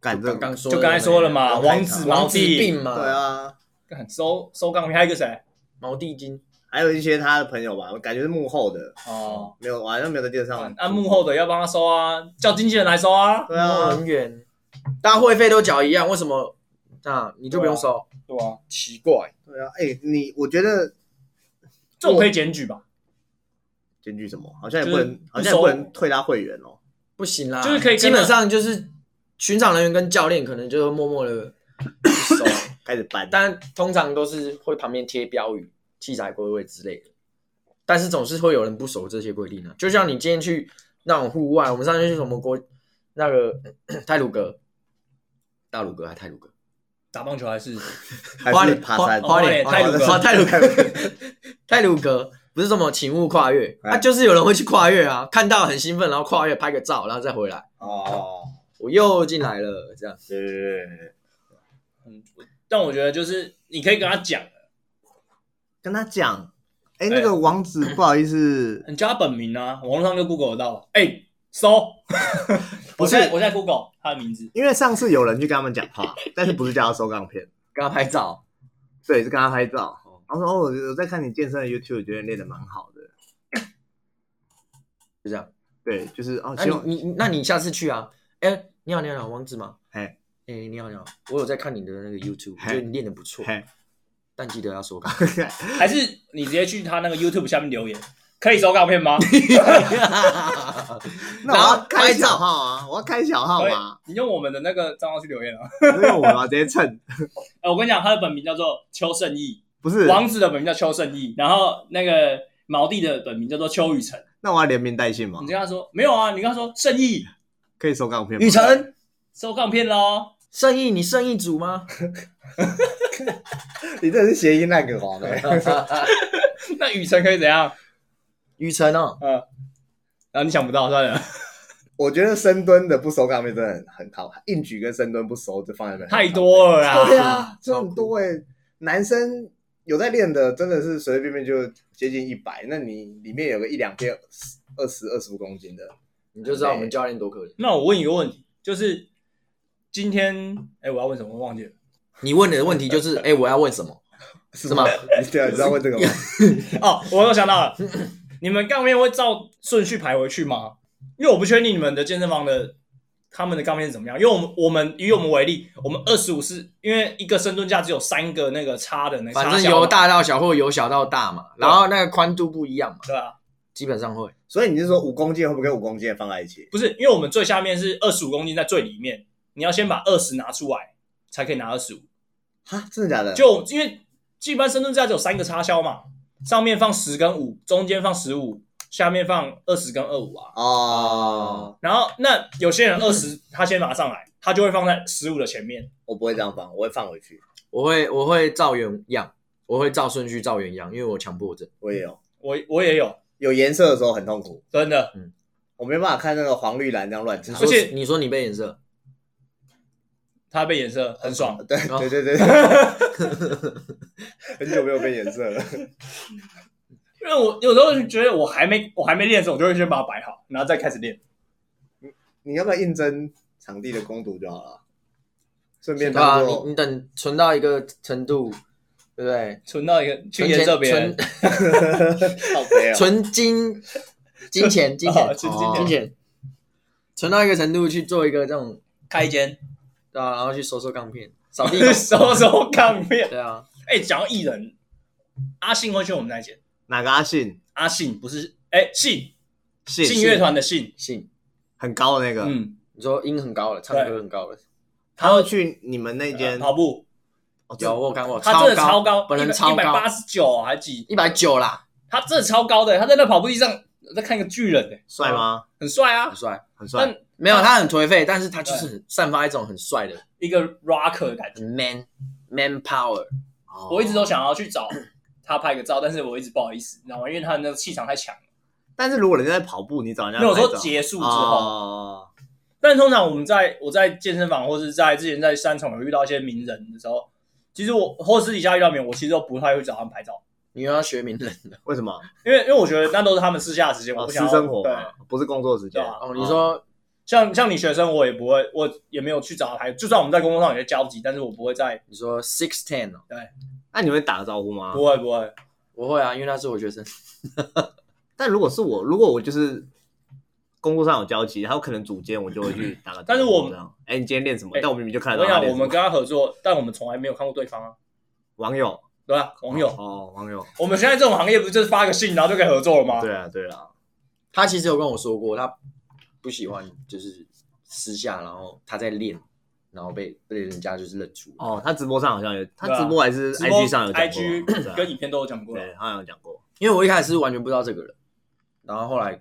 Speaker 2: 干这
Speaker 4: 刚
Speaker 2: 个，
Speaker 4: 刚说的
Speaker 3: 就刚才说了嘛，
Speaker 2: 我开场
Speaker 3: 王子
Speaker 4: 那个，
Speaker 3: 毛
Speaker 4: 王子
Speaker 3: 弟，
Speaker 4: 病嘛，
Speaker 2: 对，啊，
Speaker 3: 干收收杠片，还有一个谁？
Speaker 4: 毛地精，
Speaker 2: 还有一些他的朋友吧，我感觉是幕后的，
Speaker 3: 哦，
Speaker 2: 没有，我好像没有在电视
Speaker 4: 哦
Speaker 2: 上。
Speaker 4: 啊
Speaker 3: 按幕后的要帮他收啊，叫经纪人来收啊，
Speaker 2: 对啊，
Speaker 4: 人员，大家会费都缴一样，为什么那你就不用收？
Speaker 3: 对啊，
Speaker 4: 奇怪，
Speaker 2: 对啊，哎、你我觉得
Speaker 3: 这种可以检举吧，
Speaker 2: 检举什么，好像也
Speaker 3: 就
Speaker 2: 不
Speaker 3: 是
Speaker 2: 能，
Speaker 3: 不
Speaker 2: 好像也不
Speaker 3: 收
Speaker 2: 能退他会员哦。
Speaker 4: 不行啦，
Speaker 3: 就是可以跟他
Speaker 4: 基本上就是巡场人员跟教练可能就默默的收，
Speaker 2: 啊 开始搬，
Speaker 4: 但通常都是会旁边贴标语、器材归位之类的。但是总是会有人不守这些规定啊，就像你今天去那种户外，我们上次去什么国那个 泰鲁格、大鲁格还泰鲁格，
Speaker 3: 打棒球还是
Speaker 4: 花
Speaker 2: 还是
Speaker 4: 莲
Speaker 2: 爬
Speaker 4: 花
Speaker 2: 山，
Speaker 4: 花莲
Speaker 3: 哦花莲
Speaker 4: 格
Speaker 3: 花
Speaker 4: 泰鲁格 泰鲁格不是什么请勿跨越，
Speaker 2: 哎
Speaker 4: 啊，就是有人会去跨越啊，看到很兴奋，然后跨越拍个照，然后再回来，
Speaker 2: 哦，
Speaker 4: 我又进来了，这样
Speaker 2: 对对对对
Speaker 4: 哎
Speaker 2: 对，
Speaker 3: 嗯，但我觉得就是你可以跟他讲，
Speaker 2: 跟他讲，哎、
Speaker 3: 哎
Speaker 2: 那个网址不好意思，
Speaker 3: 你叫他本名啊，网络上就 Google 得到了。哎、 搜，
Speaker 2: 不
Speaker 3: 我
Speaker 2: 是
Speaker 3: 现在我现在 Google 他的名字，
Speaker 2: 因为上次有人去跟他们讲话，但是不是叫他收钢片，
Speaker 4: 跟他拍照，
Speaker 2: 对，是跟他拍照。然后说哦，我我在看你健身的 YouTube，觉得你练的蛮好的。
Speaker 4: 就这样。
Speaker 2: 对，就是哦，
Speaker 4: 那
Speaker 2: 希
Speaker 4: 哎你
Speaker 2: 望
Speaker 4: 你你那你下次去啊？哎，你好你好，王子吗？
Speaker 2: 嘿，
Speaker 4: 哎，你好你好，我有在看你的那个 YouTube，
Speaker 2: 嘿
Speaker 4: 觉得你练的不错，
Speaker 2: 嘿，
Speaker 4: 但记得要说卡。
Speaker 3: 还是你直接去他那个 YouTube 下面留言，可以收告片 吗？
Speaker 2: 那我
Speaker 4: 然
Speaker 2: 要
Speaker 4: 后
Speaker 2: 开
Speaker 4: 拍
Speaker 2: 小
Speaker 4: 照
Speaker 2: 号啊，我要开小号嘛，
Speaker 3: 你用我们的那个账号去留言啊。
Speaker 4: 哎
Speaker 2: 不用我嘛，直接蹭，
Speaker 3: 哎、我跟你讲，他的本名叫做邱胜义，
Speaker 2: 不是，
Speaker 3: 王子的本名叫邱胜义，然后那个毛弟的本名叫做邱雨辰。
Speaker 2: 那我要连名带姓嘛
Speaker 3: 你，跟他说没有啊？你跟他说胜义
Speaker 2: 可以收钢片吗
Speaker 4: 雨辰，
Speaker 3: 收告片喽。
Speaker 4: 胜意你胜意组吗？
Speaker 2: 你这是谐音烂梗啊王的，
Speaker 3: 那雨辰可以怎样？
Speaker 4: 雨辰哦，
Speaker 3: 嗯，然后你想不到，算了，
Speaker 2: 我觉得深蹲的不收钢片真的很很好，硬举跟深蹲不收就放在那边
Speaker 3: 太多了
Speaker 2: 对
Speaker 3: 啦。
Speaker 2: 啊，这很多哎、男生有在练的，真的是随随便便就接近一百，那你里面有个一两片二十二十五公斤的，
Speaker 4: 你就知道我们教练多可怜。
Speaker 3: 那我问一个问题，就是今天，哎、我要问什么？我 忘记了。
Speaker 4: 你问的问题就是，哎，我要问什么？是吗？
Speaker 2: 对啊，你知道问这个 吗？
Speaker 3: 哦，我又想到了， 你们杠片会照顺序排回去吗？因为我不确定你们的健身房的他们的杠片是怎么样。因为我们我们以我们为例，我们二十五是因为一个深蹲架只有三个那个叉的那个
Speaker 4: 反
Speaker 3: 叉
Speaker 4: 正
Speaker 3: 小
Speaker 4: 由
Speaker 3: 嘛
Speaker 4: 大到小，或由小到大嘛，然后那个宽度不一样嘛，
Speaker 3: 对啊，
Speaker 4: 基本上会。
Speaker 2: 所以你是说五公斤会不会跟五公斤的放在一起？
Speaker 3: 不是因为我们最下面是二十五公斤在最里面，你要先把二十拿出来才可以拿二十五。
Speaker 2: 哈，真的假的？
Speaker 3: 就因为一般深蹲架只有三个叉销嘛，上面放十跟五，中间放十五，下面放二十跟二五啊。
Speaker 2: 哦，
Speaker 3: 然后那有些人二十他先拿上来，他就会放在十五的前面。
Speaker 2: 我不会这样放，我会放回去。
Speaker 4: 我会我会照原样，我会照顺序照原样，因为我强迫症。
Speaker 2: 我也有，
Speaker 3: 我我也有，
Speaker 2: 有颜色的时候很痛苦，
Speaker 3: 真的，
Speaker 2: 我没办法看那个黄绿蓝这样乱插
Speaker 3: 而
Speaker 4: 你。说
Speaker 3: 且
Speaker 4: 你说你被颜色，
Speaker 3: 他被颜色很爽。
Speaker 2: 对
Speaker 4: 哦
Speaker 2: 对对对，对 很久没有被颜色了。
Speaker 3: 因为我有时候就觉得我还没我还没练的时候，我就会先把它摆好，然后再开始练。
Speaker 2: 你要不要应征场地的攻读就好了？啊顺便
Speaker 4: 对
Speaker 2: 当
Speaker 4: 吧？
Speaker 2: 做
Speaker 4: 啊你你等存到一个程度，对不对？
Speaker 3: 存到一个去
Speaker 4: 存
Speaker 3: 颜
Speaker 4: 钱
Speaker 3: 色别人
Speaker 4: 存，
Speaker 2: 靠背哦。
Speaker 4: 存 金金钱金
Speaker 3: 哦
Speaker 4: 钱
Speaker 3: 存
Speaker 2: 金钱
Speaker 4: 金钱，存到一个程度去做一个这种，
Speaker 3: 开 间
Speaker 4: 对啊，然后去收收钢片，扫 地狗，
Speaker 3: 收收杠片。
Speaker 4: 对啊，
Speaker 3: 哎，讲到艺人，阿信会去我们那一间。
Speaker 2: 哪个阿啊信？
Speaker 3: 阿信不是哎信
Speaker 2: 信
Speaker 3: 信乐团的信，
Speaker 4: 信，
Speaker 2: 很高的那个，
Speaker 3: 嗯，
Speaker 4: 你说音很高了，唱歌很高了，
Speaker 2: 他会去你们那间
Speaker 3: 呃跑步，
Speaker 2: 哦这
Speaker 4: 有我有看过，
Speaker 3: 他真的
Speaker 4: 超
Speaker 3: 超高，
Speaker 4: 本人超
Speaker 3: 一百
Speaker 4: 高
Speaker 3: 八，十九啊还几，
Speaker 4: 一百九啦，
Speaker 3: 他真的超高的，他在那跑步机上在看一个巨人，哎，
Speaker 2: 帅吗？
Speaker 3: 很帅啊
Speaker 4: 很，帅。
Speaker 2: 很帅
Speaker 3: 但。
Speaker 4: 没有，他很颓废，但是他就是很散发一种很帅的，
Speaker 3: 一个 rocker 的感觉。
Speaker 4: 很 man man power。
Speaker 2: 哦
Speaker 3: 我一直都，想要去找他拍个照，但是我一直不好意思，你知道吗？因为他的那个气场太强了。
Speaker 2: 但是如果人家在跑步，你找
Speaker 3: 没
Speaker 2: 人家
Speaker 3: 有
Speaker 2: 拍照
Speaker 3: 说结束之后，
Speaker 2: 哦，
Speaker 3: 但通常我们在我在健身房或是在之前在三重有遇到一些名人的时候，其实我或私底下遇到名人，我其实都不太会找他们拍照，
Speaker 4: 你又要学名人了
Speaker 2: 为什么？
Speaker 3: 因为因为我觉得那都是他们私下的时间，我
Speaker 2: 哦，
Speaker 3: 不
Speaker 2: 私
Speaker 3: 想要
Speaker 2: 生活
Speaker 3: 对。
Speaker 2: 嘛，不是工作时间
Speaker 3: 对啊
Speaker 4: 哦？你说
Speaker 3: 像像你学生，我也不会，我也没有去找他拍。就算我们在工作上有些交集，但是我不会在，
Speaker 4: 你说 six ten 哦，
Speaker 2: 那你会打个招呼吗？
Speaker 3: 不会不会，
Speaker 4: 我会啊，因为他是我学生。
Speaker 2: 但如果是我，如果我就是工作上有交集，然后可能组间我就会去打个招呼。
Speaker 3: 但是我
Speaker 2: 这样，哎、你今天练什么？
Speaker 3: 哎
Speaker 2: 但我明明就看
Speaker 3: 我
Speaker 2: 得
Speaker 3: 跟你
Speaker 2: 到
Speaker 3: 讲，
Speaker 2: 他练
Speaker 3: 我
Speaker 2: 什么。
Speaker 3: 们跟他合作，但我们从来没有看过对方啊，
Speaker 2: 网友，
Speaker 3: 对吧、网友，
Speaker 2: 哦，网友，
Speaker 3: 我们现在这种行业不就是发个信，然后就可以合作了吗？
Speaker 2: 对啊，对啊，
Speaker 4: 他其实有跟我说过，他不喜欢就是私下，然后他在练，然后被被人家就是认出。
Speaker 2: 哦，他直播上好像有，他
Speaker 3: 对啊
Speaker 2: 直播还是
Speaker 3: 直播
Speaker 2: IG 上有讲过
Speaker 3: IG
Speaker 2: 对
Speaker 3: 跟
Speaker 2: 啊
Speaker 3: 影片都有讲过了。
Speaker 2: 对，他有讲过，
Speaker 4: 因为我一开始是完全不知道这个人，然后后来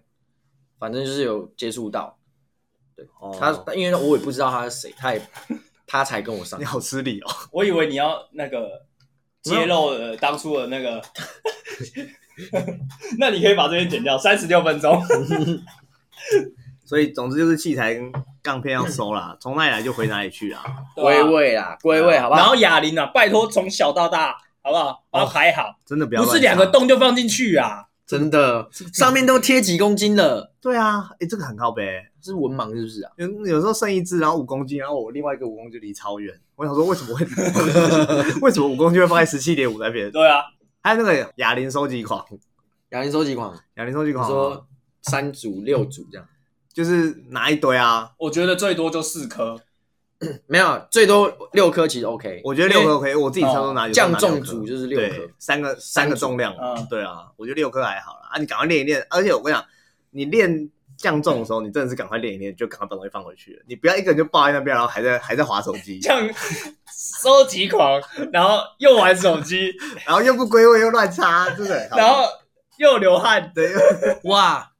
Speaker 4: 反正就是有接触到
Speaker 2: 哦
Speaker 4: 他，因为我也不知道他是谁，他也他才跟我上
Speaker 2: 你。好吃力哦，
Speaker 3: 我以为你要那个揭露呃当初的那 个，那你可以把这边剪掉，三十六分钟。
Speaker 2: 所以总之就是器材跟杠片要收啦，从哪里来就回哪里去啊，
Speaker 4: 归位啦，归位，好不
Speaker 3: 然
Speaker 4: 好？
Speaker 3: 后哑铃啊，拜托从小到大，好不好？
Speaker 2: 哦
Speaker 3: 把它排好，
Speaker 2: 真的不要
Speaker 3: 不
Speaker 2: 乱
Speaker 3: 是两个
Speaker 2: 插，
Speaker 3: 洞就放进去啊。
Speaker 4: 真的，上面都贴几公斤了，
Speaker 2: 对啊，哎、这个很靠背，
Speaker 4: 是文盲是不是啊？
Speaker 2: 有有时候剩一只，然后五公斤，然后我另外一个五公斤离超远，我想说为什么会为什么五公斤会放在十七点五那边？
Speaker 3: 对啊，
Speaker 2: 还有那个哑铃收集狂，
Speaker 4: 哑铃收集狂，
Speaker 2: 哑铃收集
Speaker 4: 你
Speaker 2: 狂哦
Speaker 4: 说三组六组这样，
Speaker 2: 就是拿一堆啊，
Speaker 3: 我觉得最多就四颗，
Speaker 4: 没有，啊最多六颗其实 OK。
Speaker 2: 我觉得六颗可以，我自己差不多拿有时候
Speaker 4: 降
Speaker 2: 拿
Speaker 4: 重
Speaker 2: 六颗
Speaker 4: 组就是六颗
Speaker 2: 对，，三个三个重量
Speaker 3: 嗯，
Speaker 2: 对啊，我觉得六颗还好啦。啊，你赶快练一练，而且我跟你讲，你练降重的时候，你真的是赶快练一练，就赶快把东西放回去了，你不要一个人就抱在那边，然后还在还在划手机，
Speaker 3: 这样 收集狂，然后又玩手机，
Speaker 2: 然后又不归位又乱插，真的很靠背。
Speaker 3: 然后又流汗，
Speaker 2: 对，
Speaker 4: 哇，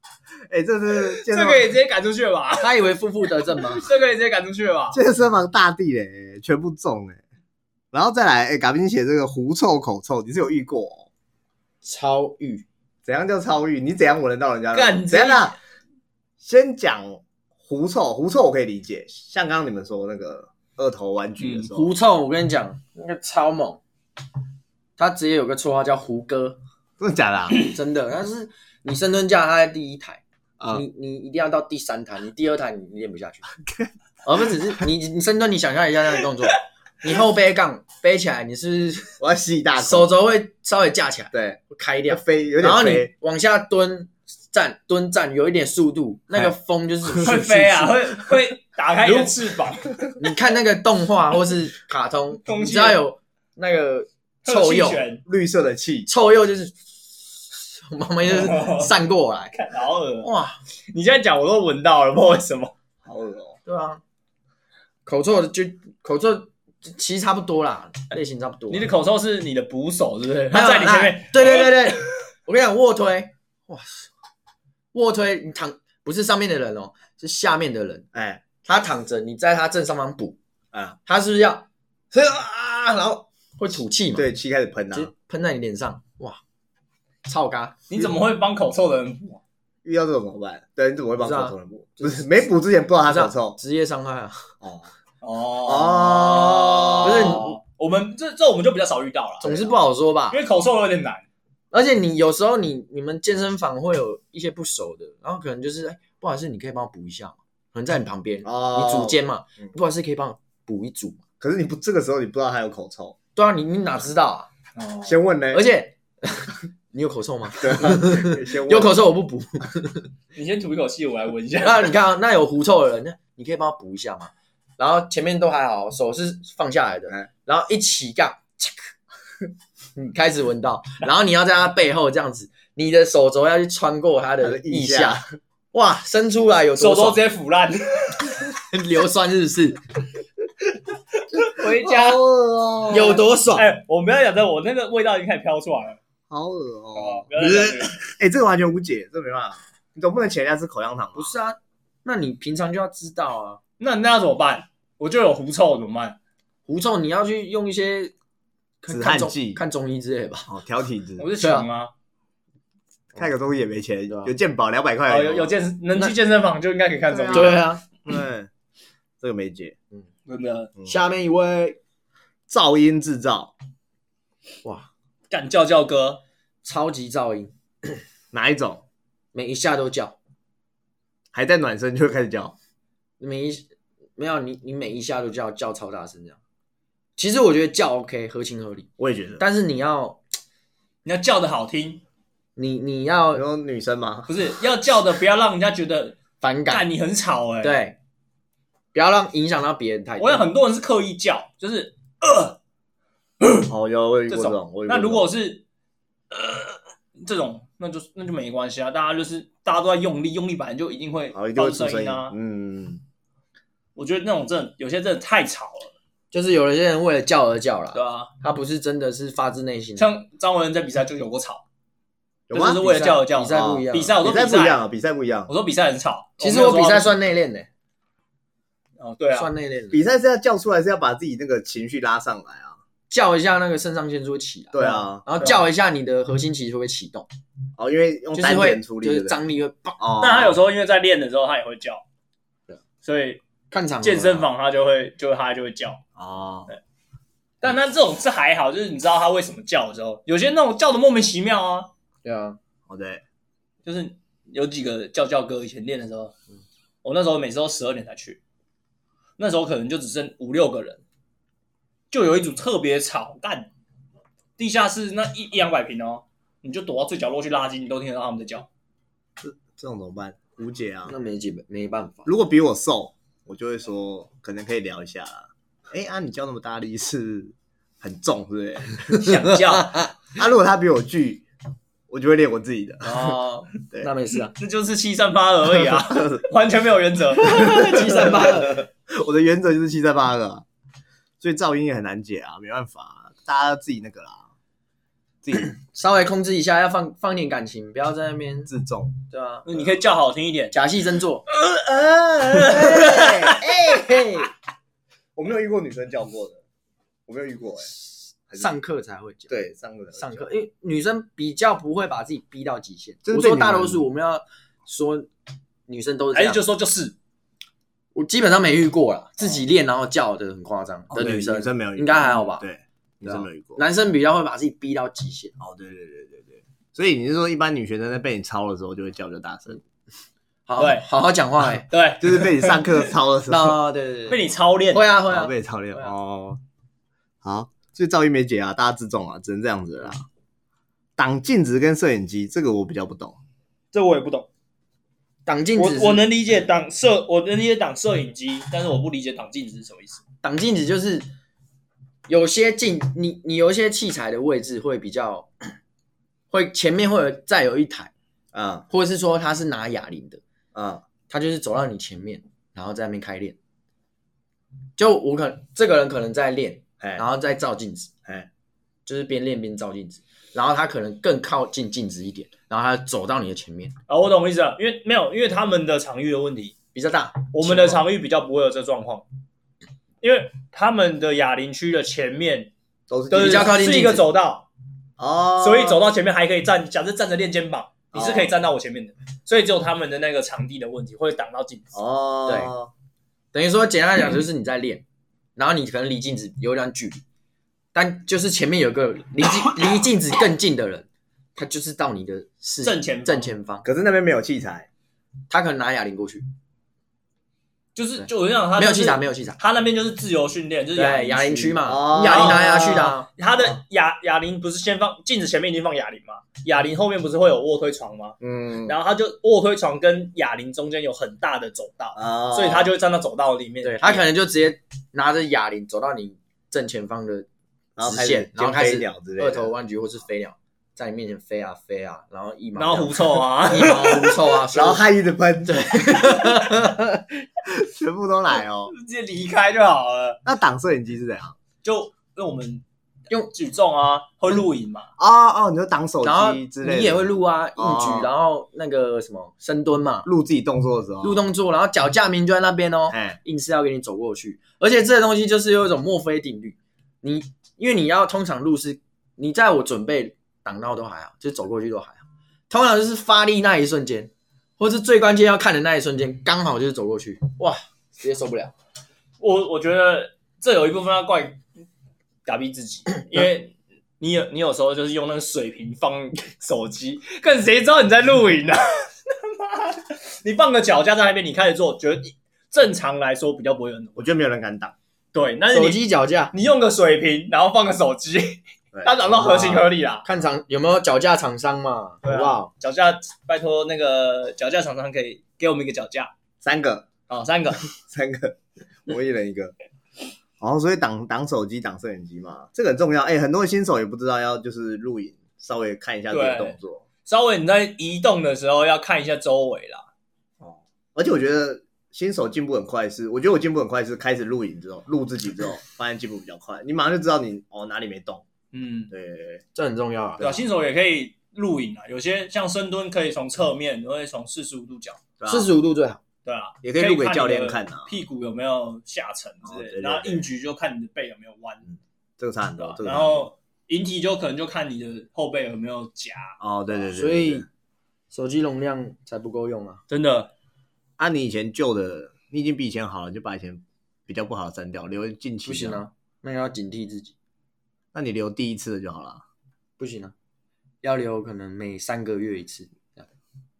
Speaker 2: 哎，这是健
Speaker 3: 这
Speaker 2: 身
Speaker 3: 个
Speaker 2: 房
Speaker 3: 也直接赶出去了吧？
Speaker 4: 他以为负负得正吗？
Speaker 3: 这个也直接赶出去了吧？
Speaker 2: 健身房大地嘞，全部中哎，然后再来哎，嘎宾写这个狐臭口臭，你是有遇过哦？
Speaker 4: 超欲，
Speaker 2: 怎样叫超欲？你怎样闻得到人家的？
Speaker 3: 干
Speaker 2: 怎样啊？先讲狐臭，狐臭我可以理解，像刚刚你们说那个二头弯举的时候，
Speaker 4: 狐臭，我跟你讲，那个超猛，他直接有个绰号叫胡哥，
Speaker 2: 真的假的啊？
Speaker 4: 真的，但是你深蹲架他在第一台，
Speaker 2: 啊
Speaker 4: 你你一定要到第三台，你第二台你练不下去，而不只是你你深蹲，你想象一下那 个动作，你后背杠背起来，你是
Speaker 2: 我要吸一大
Speaker 4: 不
Speaker 2: 口，
Speaker 4: 是手肘会稍微架起来
Speaker 2: 对，
Speaker 4: 开
Speaker 2: 要
Speaker 4: 掉，
Speaker 2: 飞，有
Speaker 4: 然后
Speaker 2: 点
Speaker 4: 你
Speaker 2: 飞，
Speaker 4: 往下蹲站蹲站有一点速度，那
Speaker 2: 哎
Speaker 4: 个 风就是
Speaker 3: 会飞啊，会会打开你的翅膀，
Speaker 4: 你看那个 动画或是卡通，
Speaker 3: 空
Speaker 4: 你
Speaker 3: 气
Speaker 4: 知道有那个 臭
Speaker 3: 气
Speaker 4: 鼬，
Speaker 3: 拳，
Speaker 2: 绿色的气，
Speaker 4: 臭鼬就是慢慢就是散过来，
Speaker 3: 哦看好恶哦。
Speaker 4: 哇，
Speaker 3: 你现在讲我都闻到了，不知道为什么。
Speaker 2: 好恶哦。
Speaker 4: 对啊，口臭就口臭其实差不多啦，类型差不多。
Speaker 3: 你的口臭是你的捕手，是不是？
Speaker 4: 没有
Speaker 3: 他在你前面哦
Speaker 4: 来，对对对对，我跟你讲，卧推，哇，卧推你躺不是上面的人哦，是下面的人，
Speaker 2: 哎
Speaker 4: 他躺着，你在他正上方补，
Speaker 2: 啊，
Speaker 4: 他是不是要 啊，然后会吐气嘛？
Speaker 2: 对，气开始喷
Speaker 4: 直接
Speaker 2: 啊。
Speaker 4: 喷在你脸上，哇，超嘎！
Speaker 3: 你怎么会帮口臭的人补啊？
Speaker 2: 遇到这种怎么办？对，你怎么会帮
Speaker 4: 不知道
Speaker 2: 口臭人补？不是没补之前不知道他
Speaker 4: 这
Speaker 2: 口
Speaker 4: 样
Speaker 2: 臭
Speaker 4: 职业伤害啊，
Speaker 2: 哦，
Speaker 3: 哦
Speaker 2: 哦
Speaker 4: 不是
Speaker 3: 我们这这我们就比较少遇到了，
Speaker 4: 总是不好说吧
Speaker 3: 因。为口臭有点难。
Speaker 4: 而且你有时候你你们健身房会有一些不熟的，然后可能就是哎，不好意思，你可以帮我补一下吗？可能在你旁边，你
Speaker 2: 哦
Speaker 4: 组间嘛
Speaker 2: 嗯，
Speaker 4: 不好意思，可以帮我补一组嘛？
Speaker 2: 可是你不这个时候你不知道他有口 臭，
Speaker 4: 对啊，你你哪知道啊？
Speaker 3: 哦
Speaker 2: 先问呢？
Speaker 4: 而且 你有口臭吗？
Speaker 2: 对啊， 先问
Speaker 4: 有口臭我不补。
Speaker 3: 你先吐一口气，我来闻一 下。
Speaker 4: 那你看啊，那有狐臭的人，那你可以帮我补一下吗？然后前面都还好，手是放下来的
Speaker 2: 哎，
Speaker 4: 然后一起杠， 你开始闻到，然后你要在他背后这样子，你的手肘要去穿过他
Speaker 2: 他
Speaker 4: 的
Speaker 2: 的腋
Speaker 4: 腋
Speaker 2: 下
Speaker 4: 下，哇，伸出来有
Speaker 3: 手
Speaker 4: 多
Speaker 3: 都
Speaker 4: 少
Speaker 3: 直接腐烂，
Speaker 4: 硫酸是不是？
Speaker 3: 回 家
Speaker 2: 好。恶哦，
Speaker 4: 有多爽？
Speaker 3: 哎，我们要讲这，我那个味道已经开始飘出来了， 嗯
Speaker 2: 好恶
Speaker 3: 好不好
Speaker 2: 哦
Speaker 3: 不。要再讲这个
Speaker 2: 哎、这个完全无解，这没办法，你总不能请人家吃口香糖吧
Speaker 4: 不？是啊，那你平常就要知道啊，
Speaker 3: 那那要怎么办？我就有狐臭怎么办？
Speaker 4: 狐臭你要去用一些看
Speaker 2: 止
Speaker 4: 看
Speaker 2: 汗
Speaker 4: 中
Speaker 2: 剂
Speaker 4: 看中医之类的吧。
Speaker 2: 哦，调体质，
Speaker 3: 我是穷啊，
Speaker 2: 看个东西也没钱，
Speaker 4: 对啊
Speaker 2: 有健保两百块而
Speaker 3: 哦
Speaker 2: 已，
Speaker 3: 有有健身能去健身房就应该可以看中医，
Speaker 2: 对
Speaker 4: 啊，
Speaker 2: 对，嗯这个没解。嗯
Speaker 3: 真的
Speaker 5: 下面一位
Speaker 2: 噪音制造
Speaker 4: 哇，
Speaker 3: 敢叫叫哥，
Speaker 4: 超级噪音，
Speaker 2: 哪一种？
Speaker 4: 每一下都叫，
Speaker 2: 还在暖身就会开始叫，
Speaker 4: 每一没有你，你每一下都叫叫超大声这样。其实我觉得叫 OK 合情合理，
Speaker 2: 我也觉得。
Speaker 4: 但是你要
Speaker 3: 你要叫的好听，
Speaker 4: 你你要
Speaker 2: 有女生吗？
Speaker 3: 不是要叫的不要让人家觉得，
Speaker 4: 反感，
Speaker 3: 干你很吵哎、，
Speaker 4: 对，不要让影响到别人太多。
Speaker 3: 我有很多人是刻意叫，就是呃
Speaker 2: 哦，有我有遇
Speaker 3: 这
Speaker 2: 过这种，
Speaker 3: 种
Speaker 2: 我有遇
Speaker 3: 那
Speaker 2: 过。
Speaker 3: 如果是呃这种，那就那就没关系啊，大家就是大家都在用力，用力本来就一定会
Speaker 2: 好，一定
Speaker 3: 发
Speaker 2: 会
Speaker 3: 出
Speaker 2: 出
Speaker 3: 声
Speaker 2: 声
Speaker 3: 音啊。
Speaker 2: 嗯，
Speaker 3: 我觉得那种真的有些真的太吵了，
Speaker 4: 就是有些人为了叫而叫
Speaker 3: 对
Speaker 4: 啦，
Speaker 3: 啊，
Speaker 4: 他不是真的是发自内心的。
Speaker 3: 像张文仁在比赛就有过吵，
Speaker 2: 有
Speaker 3: 就
Speaker 2: 吗
Speaker 3: 是？为了叫而叫。
Speaker 4: 比赛
Speaker 3: 哦
Speaker 4: 不一样，
Speaker 3: 比赛我说
Speaker 2: 比赛不一样啊，比赛不一样
Speaker 3: 我。说比赛很吵，
Speaker 4: 其实我
Speaker 3: 没有
Speaker 4: 比
Speaker 3: 说
Speaker 4: 赛算内练的，
Speaker 3: 哦，对啊，
Speaker 4: 算内练的，
Speaker 2: 比赛是要叫出来，是要把自己那个情绪拉上来啊。
Speaker 4: 叫一下那个肾上腺素会起来，
Speaker 2: 对啊，
Speaker 4: 然后叫一下你的核心其实会被启动，
Speaker 2: 哦，因为用
Speaker 4: 就是
Speaker 2: 单
Speaker 4: 会
Speaker 2: 点处
Speaker 4: 就
Speaker 2: 理，对
Speaker 4: 是
Speaker 2: 不对
Speaker 4: 张力会爆，
Speaker 2: 哦，
Speaker 3: 但他有时候因为在练的时候他也会叫
Speaker 2: 啊
Speaker 4: 对，
Speaker 3: 所以
Speaker 4: 看场合啊
Speaker 3: 健身房他就会就他就会叫。
Speaker 2: 哦，
Speaker 3: 但那这种是还好，就是你知道他为什么叫的时候，有些那种叫的莫名其妙啊，
Speaker 4: 对啊，
Speaker 2: 哦对，
Speaker 3: 就是有几个叫叫哥以前练的时候，
Speaker 4: 嗯
Speaker 3: 我那时候每次都十二点才去，那时候可能就只剩五六个人，就有一组特别吵，干地下室那一一两百平哦，你就躲到最角落去垃圾，你都听得到他们在叫。
Speaker 2: 这种怎么办？无解啊。
Speaker 4: 那没几没办法，
Speaker 2: 如果比我瘦，我就会说可能可以聊一下啦。哎啊，你叫那么大力是很重，是不是？
Speaker 3: 想叫
Speaker 2: 啊，如果他比我巨，我就会练我自己的。
Speaker 4: 哦，
Speaker 2: 对
Speaker 4: 那没事 啊，
Speaker 3: 这就是欺善八恶而已啊， 完全没有原则。
Speaker 4: 七三八二，
Speaker 2: 我的原则就是七三八二啊，所以噪音也很难解啊，没办法啊、大家自己那个啦，自己
Speaker 4: 稍微控制一下，要放放点感情，不要在那边，
Speaker 2: 自重。
Speaker 4: 对啊，
Speaker 3: 你可以叫好听一点，
Speaker 4: 假戏真做，
Speaker 2: 哎哎，我没有遇过女生叫过的，我没有遇过哎、还是
Speaker 4: 上课才会讲。
Speaker 2: 对上课的
Speaker 4: 上课，因为女生比较不会把自己逼到极限。
Speaker 2: 这是
Speaker 4: 我
Speaker 2: 对
Speaker 4: 说
Speaker 2: 女人哎
Speaker 4: 大多数，我们要说女生都是这
Speaker 3: 还是
Speaker 4: 样
Speaker 3: 哎就。说就是
Speaker 4: 我基本上没遇过啦，自己练然后叫的很夸张的
Speaker 2: 哦对
Speaker 4: 女
Speaker 2: 女生
Speaker 4: 生
Speaker 2: 没有遇过
Speaker 4: 应该还好吧？
Speaker 2: 对，女
Speaker 4: 对啊
Speaker 2: 生没有遇过。
Speaker 4: 男生比较会把自己逼到极限。
Speaker 2: 哦，对对对对对，所以你是说一般女学生在被你抄的时候就会叫比较大声，
Speaker 4: 好
Speaker 3: 对，
Speaker 4: 好好讲话哎。
Speaker 3: 对，
Speaker 2: 就是被你上课抄的时 候，
Speaker 4: 那对对对，
Speaker 3: 被你操练。
Speaker 4: 会啊会
Speaker 2: 然
Speaker 4: 啊
Speaker 2: 后，被你抄掉
Speaker 4: 对啊
Speaker 2: 哦。好，所以噪音没解啊，大家自重啊，只能这样子了啦。挡镜子跟摄影机，这个我比较不懂。
Speaker 3: 这我也不懂，
Speaker 4: 挡镜
Speaker 3: 我
Speaker 4: 子是。
Speaker 3: 我能理解挡摄，我能理解挡摄影机，但是我不理解挡镜子是什么意思。
Speaker 4: 挡镜子就是有些镜，你你有一些器材的位置会比较，会前面会有再有一台，
Speaker 2: 嗯
Speaker 4: 或者是说他是拿哑铃的，
Speaker 2: 嗯，
Speaker 4: 他就是走到你前面，然后在那边开练。就我可这个人可能在练，
Speaker 2: 哎
Speaker 4: 然后再照镜子，
Speaker 2: 哎
Speaker 4: 就是边练边照镜子，然后他可能更靠近镜子一点，然后他走到你的前面，
Speaker 3: 啊，我懂意思了，因为没有，因为他们的场域的问题，
Speaker 4: 比较大。
Speaker 3: 我们的场域比较不会有这状况，因为他们的哑铃区的前面
Speaker 2: 都是
Speaker 3: 都是
Speaker 4: 比较靠近镜子
Speaker 3: 是一个走道，
Speaker 2: 哦，
Speaker 3: 所以走到前面还可以站，假设站着练肩膀，你
Speaker 4: 哦
Speaker 3: 是可以站到我前面的，所以只有他们的那个场地的问题会挡到镜子。
Speaker 2: 哦，
Speaker 4: 对等于说简单来讲就是你在练，然后你可能离镜子有一段距离，但就是前面有个离 镜离镜子更近的人，他就是到你的视
Speaker 3: 正前方
Speaker 4: 正前方，
Speaker 2: 可是那边没有器材，
Speaker 4: 他可能拿哑铃过去，
Speaker 3: 就是
Speaker 4: 对
Speaker 3: 就我想他
Speaker 4: 没有器材，没
Speaker 3: 有，
Speaker 4: 有器材，
Speaker 3: 他那边就是自由训练，就是
Speaker 4: 对哑铃
Speaker 3: 区
Speaker 4: 区
Speaker 2: 哦
Speaker 4: 嘛，你哑铃拿来拿去的啊，
Speaker 3: 他的哑哑铃不是先放镜子前面已经放哑铃嘛？哑铃后面不是会有卧推床吗？
Speaker 2: 嗯，
Speaker 3: 然后他就卧推床跟哑铃中间有很大的走道，
Speaker 2: 哦，
Speaker 3: 所以他就会站到走道里面。
Speaker 4: 对他可能就直接拿着哑铃走到你正前方的
Speaker 2: 然后
Speaker 4: 直线然后开始
Speaker 2: 尖飞鸟之类的，
Speaker 4: 二头弯举或是飞鸟，在你面前飞啊飞啊，然后一毛
Speaker 3: 然后狐臭啊，
Speaker 4: 一毛狐臭啊，
Speaker 2: 然后还一直喷，对，全部都来哦。
Speaker 3: 直接离开就好了。
Speaker 2: 那挡摄影机是怎样？
Speaker 3: 就那我们
Speaker 4: 用嗯
Speaker 3: 举重啊，会录影嘛？
Speaker 2: 哦哦，你就挡手
Speaker 4: 然后
Speaker 2: 机之类的，
Speaker 4: 你也会录啊，硬
Speaker 2: 哦
Speaker 4: 举，然后那个什么深蹲嘛，
Speaker 2: 录自己动作的时候，
Speaker 4: 入，动作，然后脚架明就在那边哦，
Speaker 2: 哦哎，
Speaker 4: 硬是要给你走过去。而且这个东西就是有一种墨菲定律，你因为你要通常路是你在我准备挡到都还好，就是走过去都还好，通常就是发力那一瞬间，或是最关键要看的那一瞬间，刚好就是走过去，哇，直接受不了。
Speaker 3: 我我觉得这有一部分要怪嘎逼自己，
Speaker 4: 嗯
Speaker 3: 因为你有你有时候就是用那个水瓶放手机，看谁知道你在录影啊？ 你放个脚架在那边，你开始做，觉得正常来说比较不会有人
Speaker 2: 我觉得没有人敢挡，
Speaker 3: 对，但是
Speaker 4: 手
Speaker 3: 你
Speaker 4: 机脚架，
Speaker 3: 你用个水瓶，然后放个手机，他讲到合情合理啦。
Speaker 4: 看厂有没有脚架厂商嘛，
Speaker 3: 对啊
Speaker 4: 好不好？
Speaker 3: 脚架，拜托那个脚架厂商可以给我们一个脚架
Speaker 2: 三个，
Speaker 3: 哦，三个。
Speaker 2: 三个，我一人一个。哦，所以挡挡手机、挡摄影机嘛，这个很重要。哎、很多新手也不知道要就是录影，稍微看一下这个
Speaker 3: 对
Speaker 2: 动作。
Speaker 3: 稍微你在移动的时候要看一下周围啦。
Speaker 2: 哦，而且我觉得新手进步很快是，我觉得我进步很快是开始录影之后，录自己之后，发现进步比较快，你马上就知道你哦哪里没动。
Speaker 3: 嗯，
Speaker 2: 对对对，
Speaker 4: 这很重要啊
Speaker 3: 对。啊，新手也可以录影啊，有些像深蹲可以从侧面，或者从四十五度角，
Speaker 2: 对啊
Speaker 5: 四十五度最好。
Speaker 3: 对啊，
Speaker 2: 也可以录给教练看啊，
Speaker 3: 屁股有没有下沉之
Speaker 2: 哦对
Speaker 3: 类的，
Speaker 2: 对
Speaker 3: 然后
Speaker 2: 对哦啊
Speaker 3: 硬举就看你的背有没有弯，
Speaker 2: 这个差很
Speaker 3: 对
Speaker 2: 多
Speaker 3: 吧。
Speaker 2: 这个
Speaker 3: 然
Speaker 2: 差很多
Speaker 3: 后引体就可能就看你的后背有没有夹，
Speaker 2: 哦，对对对，
Speaker 4: 所
Speaker 2: 对对
Speaker 4: 以
Speaker 2: 对
Speaker 4: 手机容量才不够用啊。
Speaker 3: 真的
Speaker 2: 啊，你以前旧的，你已经比以前好了，你就把以前比较不好的删掉，留近期的
Speaker 4: 不行，啊，那个要警惕自己，
Speaker 2: 那你留第一次的就好了。
Speaker 4: 不行啊，要留可能每三个月一次，这样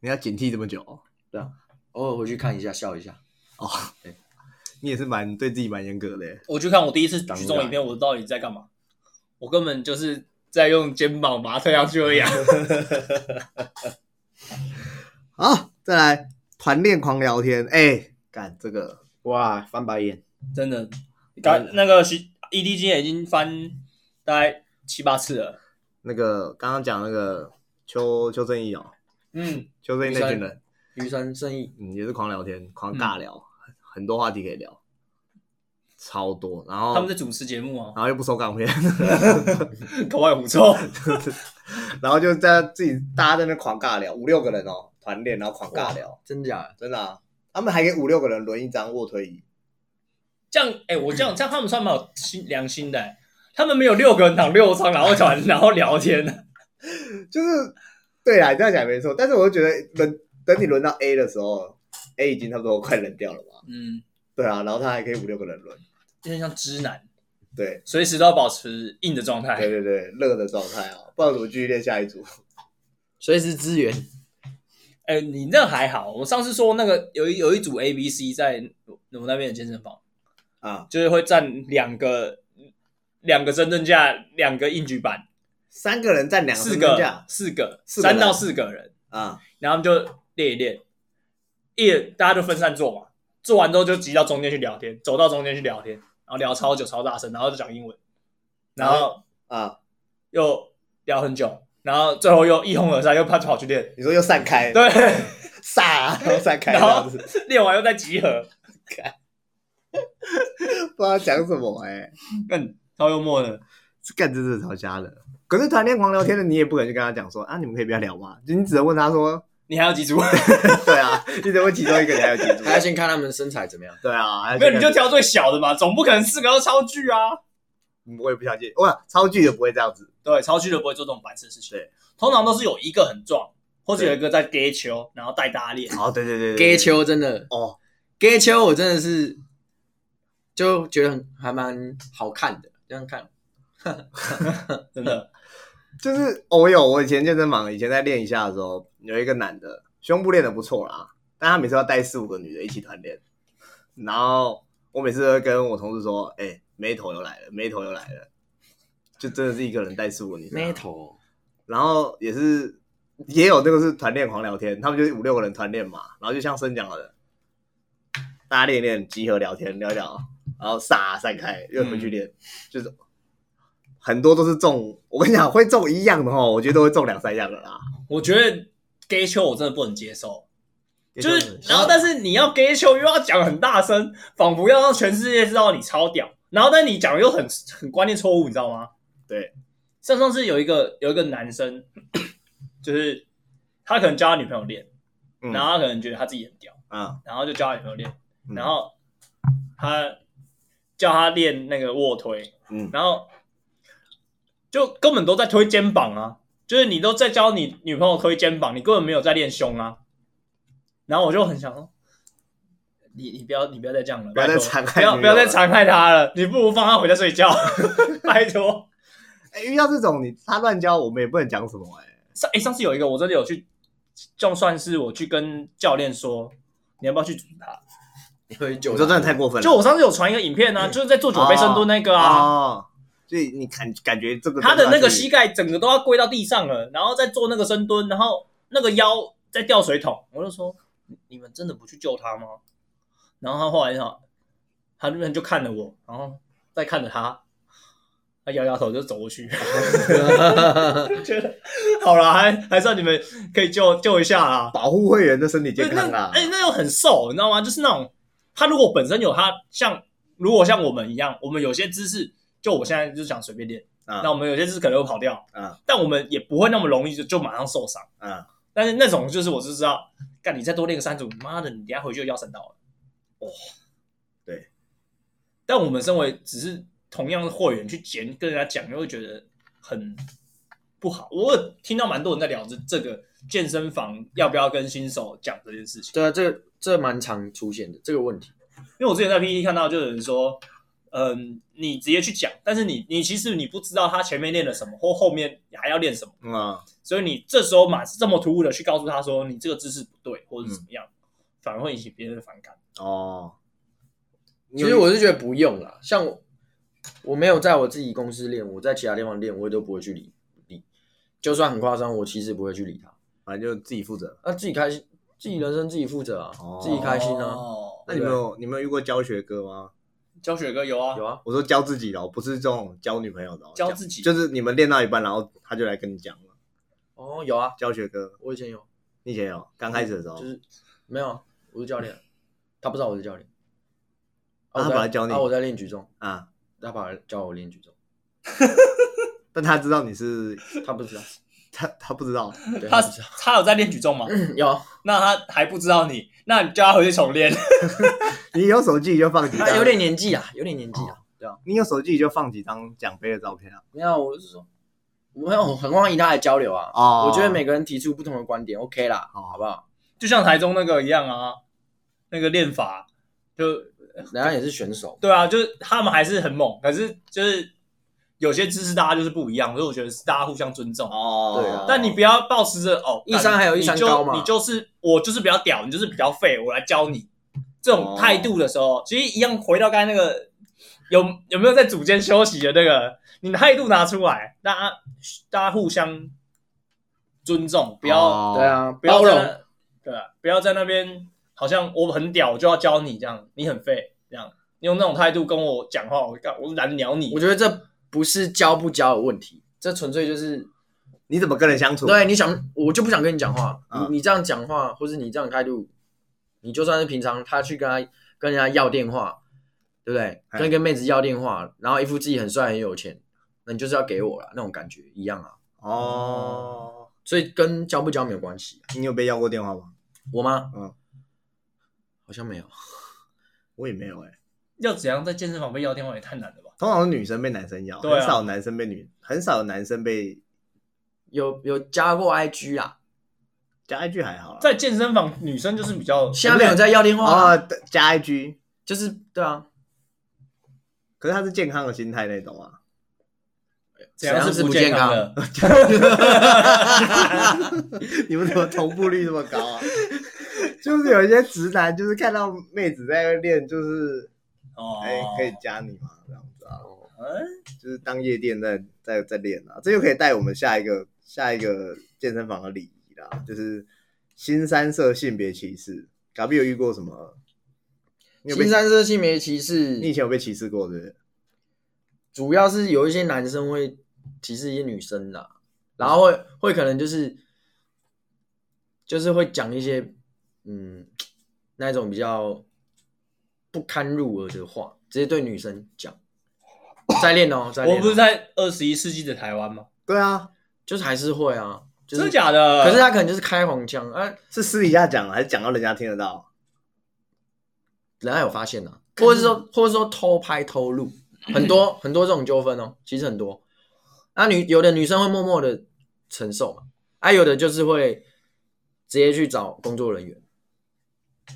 Speaker 2: 你要警惕这么久哦，
Speaker 4: 偶尔回去看一下，笑一下。
Speaker 2: 你也是蛮对自己蛮严格的耶。
Speaker 3: 我去看我第一次
Speaker 4: 当
Speaker 3: 举
Speaker 4: 然
Speaker 3: 重影片，我到底在干嘛？我根本就是在用肩膀把它推上去而已、啊。
Speaker 2: 好，再来团练狂聊天，哎、干这个
Speaker 5: 哇，翻白眼，
Speaker 3: 真的，刚那个其 ED 今天已经翻大概七八次了。
Speaker 2: 那个刚刚讲那个邱邱正义哦，
Speaker 3: 嗯，
Speaker 2: 邱正义那群人，
Speaker 4: 余山胜义，
Speaker 2: 嗯，也是狂聊天，狂尬聊，很很多话题可以聊，超多。然后
Speaker 3: 他们在主持节目 啊，
Speaker 2: 然后又不收港片，
Speaker 3: 口外狐臭。
Speaker 2: 然后就在自己大家在那边狂尬聊，五六个人哦，团练然后狂尬聊，
Speaker 4: 真假的？
Speaker 2: 真的、啊，他们还给五六个人轮一张卧推椅，
Speaker 3: 这样，哎、我这样，这样他们算蛮有心良心的、欸。他们没有六个人躺六张，然后团， 然后聊天啊呢。
Speaker 2: 就是对啦，你这样讲没错，但是我就觉得轮等你轮到 A 的时候，A 已经差不多快冷掉了嘛。
Speaker 3: 嗯，
Speaker 2: 对啊，然后他还可以五六个人轮，
Speaker 3: 有点像直男，
Speaker 2: 对
Speaker 3: 随时都要保持硬的状
Speaker 2: 对
Speaker 3: 态。
Speaker 2: 对对，热的状态啊，不知道怎么继续练下一组。
Speaker 4: 随时 支援，
Speaker 3: 哎、你那还好，我上次说那个有一有一组 A、B、C 在我我那边的健身房，
Speaker 2: 啊，
Speaker 3: 就是会站两个两个深蹲架，两个硬举板，
Speaker 2: 三个人站两
Speaker 3: 四
Speaker 2: 个
Speaker 3: 个
Speaker 2: 架，
Speaker 3: 四个，
Speaker 2: 四个人
Speaker 3: 三到四个人，
Speaker 2: 啊，
Speaker 3: 然后他们就练一练，一大家就分散做嘛，做完之后就挤到中间去聊天，走到中间去聊天，然后聊超久超大声，然后就讲英文，然后
Speaker 2: 啊，
Speaker 3: 又聊很久，然后最后又一哄而散，又跑跑去练，
Speaker 2: 你说又散开，
Speaker 3: 对，
Speaker 2: 傻，然后散开，
Speaker 3: 然
Speaker 2: 这样
Speaker 3: 后
Speaker 2: 子
Speaker 3: 练完又再集合，
Speaker 2: 不知道讲什么哎、
Speaker 3: 嗯，超幽默的，
Speaker 2: 这干真是吵架了。可是团练狂聊天的，你也不可能去跟他讲说啊，你们可以不要聊吗？就你只能问他说，
Speaker 3: 你还有几组？
Speaker 2: 对啊，你只能问其中一个，你还有几组？
Speaker 4: 还要先看他们身材怎么样。
Speaker 2: 对啊，还有
Speaker 3: 没有，你
Speaker 2: 几
Speaker 3: 就
Speaker 2: 个
Speaker 3: 挑最小的嘛，总不可能四个都超巨啊。
Speaker 2: 嗯我也不相信，哇，超巨也不会这样子。
Speaker 3: 对，超巨的不会做这种白痴的事情。
Speaker 2: 对，
Speaker 3: 通常都是有一个很壮，或者有一个在跌球，然后带大家练。
Speaker 2: 哦，对对对对
Speaker 4: 给
Speaker 2: 对
Speaker 4: 球真的，
Speaker 2: 哦，
Speaker 4: 给球我真的是就觉得很还蛮好看的，这样看
Speaker 3: 真的，
Speaker 2: 就是哦我有我以前健身房以前在练一下的时候，有一个男的胸部练的不错啦，但他每次要带四五个女的一起团练，然后我每次都会跟我同事说，哎、眉头又来了，眉头又来了，就真的是一个人带四五个女生啊，
Speaker 4: 头
Speaker 2: 然后也是也有那个是团练狂聊天，他们就是五六个人团练嘛，然后就像生讲的，大家练一练，集合聊天聊一聊，然后撒散开，又回去练，
Speaker 3: 嗯
Speaker 2: 就是很多都是中，我跟你讲会中一样的哦，我觉得都会中两三样的啦，
Speaker 3: 我觉得 gay 球我真的不能接受，就是然后
Speaker 2: 但
Speaker 3: 但是你要 gay 球又要讲很大声，仿佛要让全世界知道你超屌，然后但你讲又很很观念错误，你知道吗？
Speaker 2: 对，
Speaker 3: 像上次有一个有一个男生， 就是他可能教他女朋友练，
Speaker 2: 嗯
Speaker 3: 然后他可能觉得他自己很屌。
Speaker 2: 啊
Speaker 3: 然后就教他女朋友练，
Speaker 2: 嗯
Speaker 3: 然后他叫他练那个卧推，
Speaker 2: 嗯
Speaker 3: 然后就根本都在推肩膀啊，就是你都在教你女朋友推肩膀，你根本没有在练胸啊。然后我就很想说，你你不要你不要再这样了，
Speaker 2: 不要再
Speaker 3: 拜托
Speaker 2: 残
Speaker 3: 不
Speaker 2: 害
Speaker 3: 要
Speaker 2: 女
Speaker 3: 不要
Speaker 2: 友
Speaker 3: 再
Speaker 2: 了
Speaker 3: 残害他了，你不如放他回家睡觉， 拜托。
Speaker 2: 哎遇到这种你他乱教我们也不能讲什么哎、
Speaker 3: 上哎、上次有一个我真的有去，就算是我去跟教练说，你要不要去组他？
Speaker 4: 有
Speaker 2: 我
Speaker 4: 九
Speaker 2: 说真的太过分了，
Speaker 3: 嗯就我上次有传一个影片啊，就是在做酒杯深蹲那个啊，
Speaker 2: 哦所以你感感觉这个
Speaker 3: 他的那个膝
Speaker 2: 西，
Speaker 3: 盖整个都要跪到地上了，然后再做那个深蹲，然后那个腰在吊水桶，我就说你你们真的不去救他吗？然后他后来他他那边就看着我，然后再看着他，他摇摇头就走过去， 觉得好了，还还算你们可以救救一下啦。
Speaker 2: 保护会员的身体
Speaker 3: 对
Speaker 2: 健康啊
Speaker 3: 那
Speaker 2: 啦
Speaker 3: 哎、。那又很瘦，你知道吗？就是那种他如果本身有他像，如果像我们一样，我们有些姿势，就我现在就想随便练，
Speaker 2: 啊
Speaker 3: 那我们有些姿势可能会跑掉，
Speaker 2: 啊，
Speaker 3: 但我们也不会那么容易就就马上受伤。
Speaker 2: 啊，
Speaker 3: 但是那哎种就是我就知道，干你再多练个三组，妈的，你等一下回去就腰闪到了。哇、
Speaker 2: 哦对。
Speaker 3: 但我们身为只是同样的会员去捡跟人家讲，又会觉得很不好。我有听到蛮多人在聊这这个健身房要不要跟新手讲这件事情。
Speaker 4: 对啊，这个这蛮常出现的这个问题。
Speaker 3: 因为我之前在 PPT 看到，就有人说，嗯，你直接去讲，但是你你其实你不知道他前面练了什么，或后面还要练什么，
Speaker 2: 嗯啊，
Speaker 3: 所以你这时候马这么突兀的去告诉他说你这个姿势不对，或者是怎么样，反而会引起别人的反感。
Speaker 2: 哦，你
Speaker 4: 其
Speaker 2: 有
Speaker 4: 实我是觉得不用啦，像我我没有在我自己公司练，我在其他地方练，我也都不会去理理。就算很夸张，我其实不会去理他。
Speaker 2: 反正就自己负责。
Speaker 4: 那、自己开心，自己人生自己负责啊，
Speaker 2: 哦
Speaker 4: 自己开心啊。
Speaker 3: 哦
Speaker 2: 那你们有你们有遇过教学哥吗？
Speaker 3: 教学哥有啊，
Speaker 4: 有啊，
Speaker 2: 我说教自己的哦，不是这种教女朋友的哦，
Speaker 3: 教自己
Speaker 2: 就是你们练到一半，然后他就来跟你讲了。
Speaker 4: 哦有啊，
Speaker 2: 教学哥，
Speaker 4: 我以前有，
Speaker 2: 你以前有刚开始的时候，
Speaker 4: 嗯就是没有啊，我是教练啊，他不知道我是教练。
Speaker 2: 啊
Speaker 4: 我
Speaker 2: 他
Speaker 4: 在
Speaker 2: 跑来教你
Speaker 4: 啊，我在练举重，
Speaker 2: 啊，
Speaker 4: 他跑来教我练举重，
Speaker 2: 但他知道你是
Speaker 4: 他不 知道，
Speaker 2: 他他不知道，
Speaker 4: 对
Speaker 3: 他
Speaker 4: 他不知道。
Speaker 3: 他有在练举重吗？
Speaker 4: 有啊，
Speaker 3: 那他还不知道你，那你叫他回去重练。
Speaker 2: 你有手机你就放几
Speaker 4: 他
Speaker 2: 张，
Speaker 4: 有点年纪啊，有点年纪啊，对啊。
Speaker 2: 你有手机你就放几张奖杯的照片啊。
Speaker 4: 没有，我是说，我没有很欢迎大家交流啊。
Speaker 2: 哦
Speaker 4: 我觉得每个人提出不同的观点，OK 啦，
Speaker 2: 哦
Speaker 4: 好不好？
Speaker 3: 就像台中那个一样啊，那个练法就
Speaker 4: 人家也是选手，
Speaker 3: 对啊，就是他们还是很猛，可是就是有些知识大家就是不一样，所以我觉得是大家互相尊重。
Speaker 2: 哦
Speaker 4: 对啊
Speaker 3: 但你不要抱持着哦，
Speaker 4: 一山还有一山高嘛
Speaker 3: 你就你就是我就是比较屌，你就是比较废，我来教你这
Speaker 4: 哦
Speaker 3: 种态度的时候，其实一样回到刚才那个有有没有在组间休息的那个，你的态度拿出来，大家大家互相尊重，不要、
Speaker 2: 哦
Speaker 4: 对，啊，
Speaker 3: 不要
Speaker 4: 包
Speaker 3: 在
Speaker 4: 容
Speaker 3: 那，对啊，不要在那边好像我很屌，我就要教你这样，你很废这样，你用那种态度跟我讲话，我干我难聊你
Speaker 4: 我。觉得这不是教不教的问题，这纯粹就是
Speaker 2: 你怎么跟人相处？
Speaker 4: 对你想，我就不想跟你讲话。
Speaker 2: 嗯
Speaker 4: 你你这样讲话，或是你这样态度，你就算是平常他去跟他跟人家要电话，对不对？
Speaker 2: 哎
Speaker 4: 跟一个妹子要电话，然后一副自己很帅很有钱，那你就是要给我啦，那种感觉一样啊。
Speaker 2: 哦，
Speaker 4: 所以跟教不教没有关系、
Speaker 2: 你有被要过电话吗？
Speaker 4: 我吗？
Speaker 2: 嗯，
Speaker 4: 好像没有。
Speaker 2: 我也没有哎，
Speaker 3: 要怎样在健身房被要电话也太难了吧？
Speaker 2: 通常是女生被男生要，
Speaker 3: 对啊
Speaker 2: 很少男生被女，很少有男生被
Speaker 4: 有有加过 IG 啊，
Speaker 2: 加 IG 还好啦，
Speaker 3: 在健身房女生就是比较
Speaker 4: 现在没有在要电话啊、
Speaker 2: 哦对加 IG，
Speaker 4: 就是对啊，
Speaker 2: 可是他是健康的心态那种啊，
Speaker 3: 怎样
Speaker 4: 是
Speaker 3: 不
Speaker 4: 健
Speaker 3: 康的？
Speaker 2: 你们怎么同步率这么高 啊？就是有一些直男，就是看到妹子在那练，就是
Speaker 3: 哦，
Speaker 2: 哎、可以加你吗？这样子啊，
Speaker 3: 嗯
Speaker 2: 就是当夜店在在在练啊，这又可以带我们下一个下一个健身房的礼仪啦，就是新三色性别歧视。隔壁有遇过什么？你有被
Speaker 4: 新三色性别歧
Speaker 2: 你以
Speaker 4: 视
Speaker 2: 前有被歧视过对不对？
Speaker 4: 主要是有一些男生会歧视一些女生啦、
Speaker 3: 嗯
Speaker 4: 然后会会可能就是就是会讲一些嗯那种比较不堪入耳的话，直接对女生讲。再练哦，再练哦、
Speaker 3: 哎我不是在二十一世纪的台湾吗？
Speaker 2: 对啊，
Speaker 4: 就是还是会啊，就
Speaker 3: 真
Speaker 4: 是
Speaker 3: 的假的？
Speaker 4: 可是他啊可能就是开黄腔，啊，
Speaker 2: 是私底下讲还是讲到人家听得到？
Speaker 4: 人家有发现啊，或者是说，或者是说偷拍偷录，很多很多这种纠纷哦，其实很多。那女有的女生会默默的承受嘛，啊，有的就是会直接去找工作人员，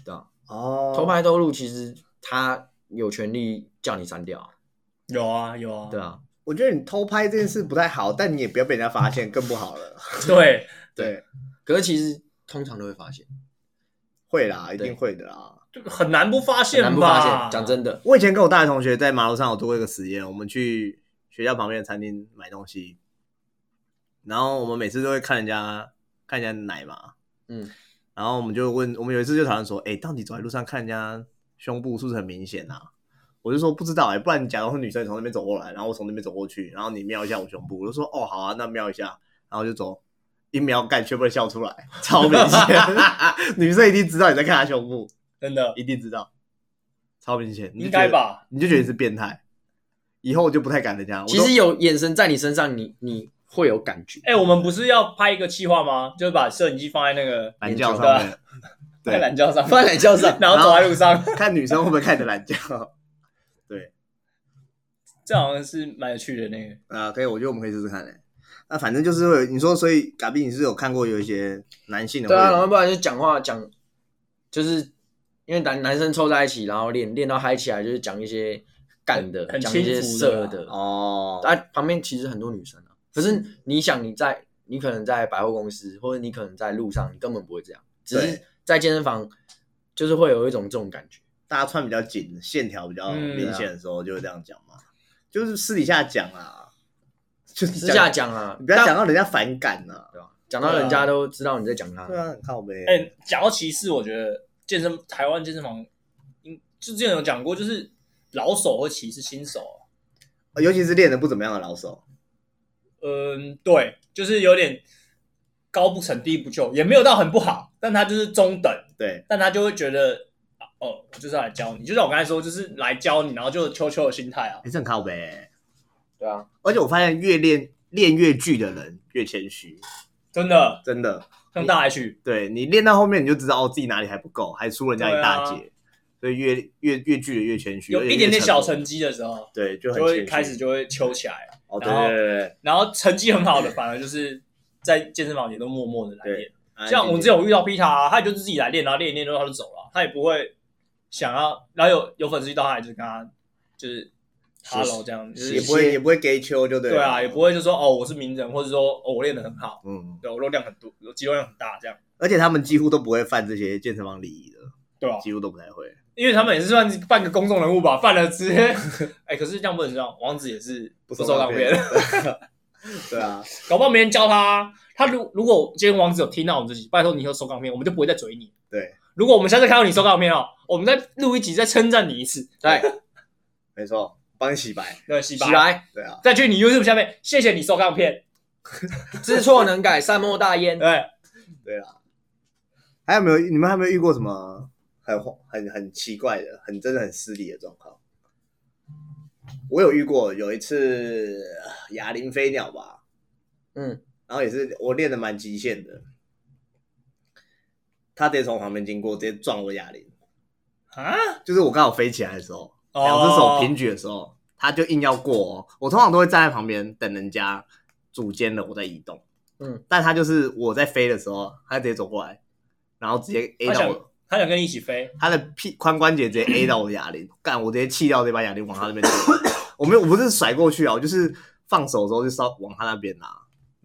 Speaker 4: 对吧、
Speaker 2: 哦，
Speaker 4: 偷拍偷录，其实他有权利叫你删掉啊，
Speaker 3: 有啊有啊，
Speaker 4: 对啊，
Speaker 2: 我觉得你偷拍这件事不太好，但你也不要被人家发现，更不好 了。
Speaker 3: 对，
Speaker 2: 对，
Speaker 4: 可是其实通常都会发现，
Speaker 2: 会啦，一定会的啦。
Speaker 3: 就很难不发
Speaker 4: 很
Speaker 3: 现吧？
Speaker 4: 难不发现。讲真的，
Speaker 2: 我以前跟我大学同学在马路上有做过一个实验，我们去学校旁边的餐厅买东西，然后我们每次都会看人家看人家奶嘛，
Speaker 4: 嗯，
Speaker 2: 然后我们就问，我们有一次就讨论说，哎、到底走在路上看人家胸部是不是很明显啊？我就说不知道哎、不然你假如是女生你从那边走过来，然后我从那边走过去，然后你瞄一下我胸部，我就说哦好啊，那瞄一下，然后就走，一瞄干全部人笑出来，超明 显，女生一定知道你在看她胸部，
Speaker 3: 真的
Speaker 2: 一定知道，超明显，你就
Speaker 3: 应该
Speaker 2: 觉得
Speaker 3: 吧？
Speaker 2: 你就觉得你是变态，以后我就不太敢人家。我都
Speaker 4: 其实有眼神在你身上，你你会有感觉。
Speaker 3: 哎、我们不是要拍一个计划吗？就是把摄影机放在那个
Speaker 2: 懒觉
Speaker 3: 对
Speaker 2: 上
Speaker 3: 啊
Speaker 2: 面，
Speaker 3: 在
Speaker 2: 对，
Speaker 3: 懒觉上，
Speaker 4: 放在教上，
Speaker 3: 然后走在路上，
Speaker 2: 看女生会不会看着懒觉。
Speaker 3: 这好像是蛮有趣的那个。
Speaker 2: 啊，可以，我觉得我们可以试试看嘞、那反正就是会有你说，所以嘎比你是有看过有一些男性的
Speaker 4: 对啊，
Speaker 2: 会
Speaker 4: 然后不然就讲话讲，就是因为男男生凑在一起，然后练练到嗨起来，就是讲一些干的，
Speaker 3: 很
Speaker 4: 讲一些
Speaker 3: 轻浮的
Speaker 4: 色
Speaker 3: 啊
Speaker 4: 的。
Speaker 2: 哦，
Speaker 4: 啊，旁边其实很多女生啊，可是你想你在你可能在百货公司，或者你可能在路上，你根本不会这样，只是
Speaker 2: 对
Speaker 4: 在健身房就是会有一种这种感觉。
Speaker 2: 大家穿比较紧，线条比较
Speaker 4: 啊
Speaker 3: 嗯
Speaker 2: 明显的时候就会这样讲嘛，就是私底下讲啊，就是
Speaker 4: 私下，讲啊，
Speaker 2: 你不要
Speaker 4: 但
Speaker 2: 讲到人家反感啊。
Speaker 4: 对吧？讲到人家都知道你在讲他。
Speaker 2: 对啊，很靠背。
Speaker 3: 哎、讲到歧视，我觉得健身台湾健身房，嗯，就之前有讲过，就是老手会歧视新手啊、
Speaker 2: 尤其是练的不怎么样的老手，
Speaker 3: 嗯，对，就是有点高不成低不就，也没有到很不好，但他就是中等，
Speaker 2: 对，
Speaker 3: 但他就会觉得，啊哦，我就是要来教你，就像我刚才说，就是来教你，然后就秋秋的心态啊，
Speaker 2: 还是很靠背欸、
Speaker 4: 对啊，
Speaker 2: 而且我发现越练练越剧的人越谦虚，
Speaker 3: 真的
Speaker 2: 真的。
Speaker 3: 像大 H，
Speaker 2: 对你练到后面，你就知道哦，自己哪里还不够，还输人家一大截，所以越越越距离越谦
Speaker 3: 啊
Speaker 2: 虚，
Speaker 3: 有
Speaker 2: 而且
Speaker 3: 一点
Speaker 2: 越
Speaker 3: 点小
Speaker 2: 沉
Speaker 3: 成绩的时候，
Speaker 2: 默，对，就很
Speaker 3: 就会
Speaker 2: 谦虚
Speaker 3: 开始就会秋起来，
Speaker 2: 哦，对
Speaker 3: 然后
Speaker 2: 对对对
Speaker 3: 然后成绩很好的反而就是在健身房也都默默的来
Speaker 2: 对
Speaker 3: 练。
Speaker 2: 对，
Speaker 3: 像我们
Speaker 2: 这
Speaker 3: 这种遇到 Pita，、啊、他也就是自己来练，然后练一练之后他就走了，啊他也不会想要。然后有有粉丝遇到他，也就是跟他就是 hello 这样，就是
Speaker 2: 也不会也不会给秋，就对
Speaker 3: 对
Speaker 2: 了
Speaker 3: 啊，也不会就说哦我是名人，或者说哦我练得很好，
Speaker 2: 嗯，
Speaker 3: 对我肉量很多，我肌肉量很大这样，
Speaker 2: 而且他们几乎都不会犯这些健身房礼仪的，
Speaker 3: 对吧、
Speaker 2: 几乎都不太会。
Speaker 3: 因为他们也是算是半个公众人物吧，犯了 直接哎、可是这样不能这样，王子也是不收港片，
Speaker 2: 对啊，
Speaker 3: 搞不好没人教他啊、他如如果今天王子有听到我们这集，拜托你以后收港片，我们就不会再追你。
Speaker 2: 对，
Speaker 3: 如果我们下次看到你收港片哦，我们再录一集再称赞你一次，
Speaker 4: 对，
Speaker 2: 没错，帮你洗白。
Speaker 3: 那洗
Speaker 4: 起
Speaker 3: 白，
Speaker 4: 来，
Speaker 2: 对啊，
Speaker 3: 再去你 YouTube 下面，谢谢你收看片，
Speaker 4: 知错能改，善莫大焉。
Speaker 3: 对，
Speaker 2: 对啊。还有没有？你们还有没有遇过什么很很很奇怪的、很真的很失礼的状况？我有遇过，有一次呃哑铃飞鸟吧，
Speaker 4: 嗯，
Speaker 2: 然后也是我练的蛮极限的，他直接从我旁边经过，直接撞我哑铃，
Speaker 3: 啊，
Speaker 2: 就是我刚好飞起来的时候，
Speaker 3: 哦
Speaker 2: 两只手平举的时候，他就硬要过哦。我通常都会站在旁边等人家组间了，我再移动。
Speaker 4: 嗯，
Speaker 2: 但他就是我在飞的时候，他直接走过来，然后直接 A
Speaker 3: 他
Speaker 2: 到
Speaker 3: 想
Speaker 2: 我，
Speaker 3: 他想跟你一起飞，
Speaker 2: 他的屁髋关节直接 A 到我的哑铃， 干，我直接气到这把哑铃往他那边丢。 我没有，我不是甩过去啊，我就是放手的时候就稍往他那边拿。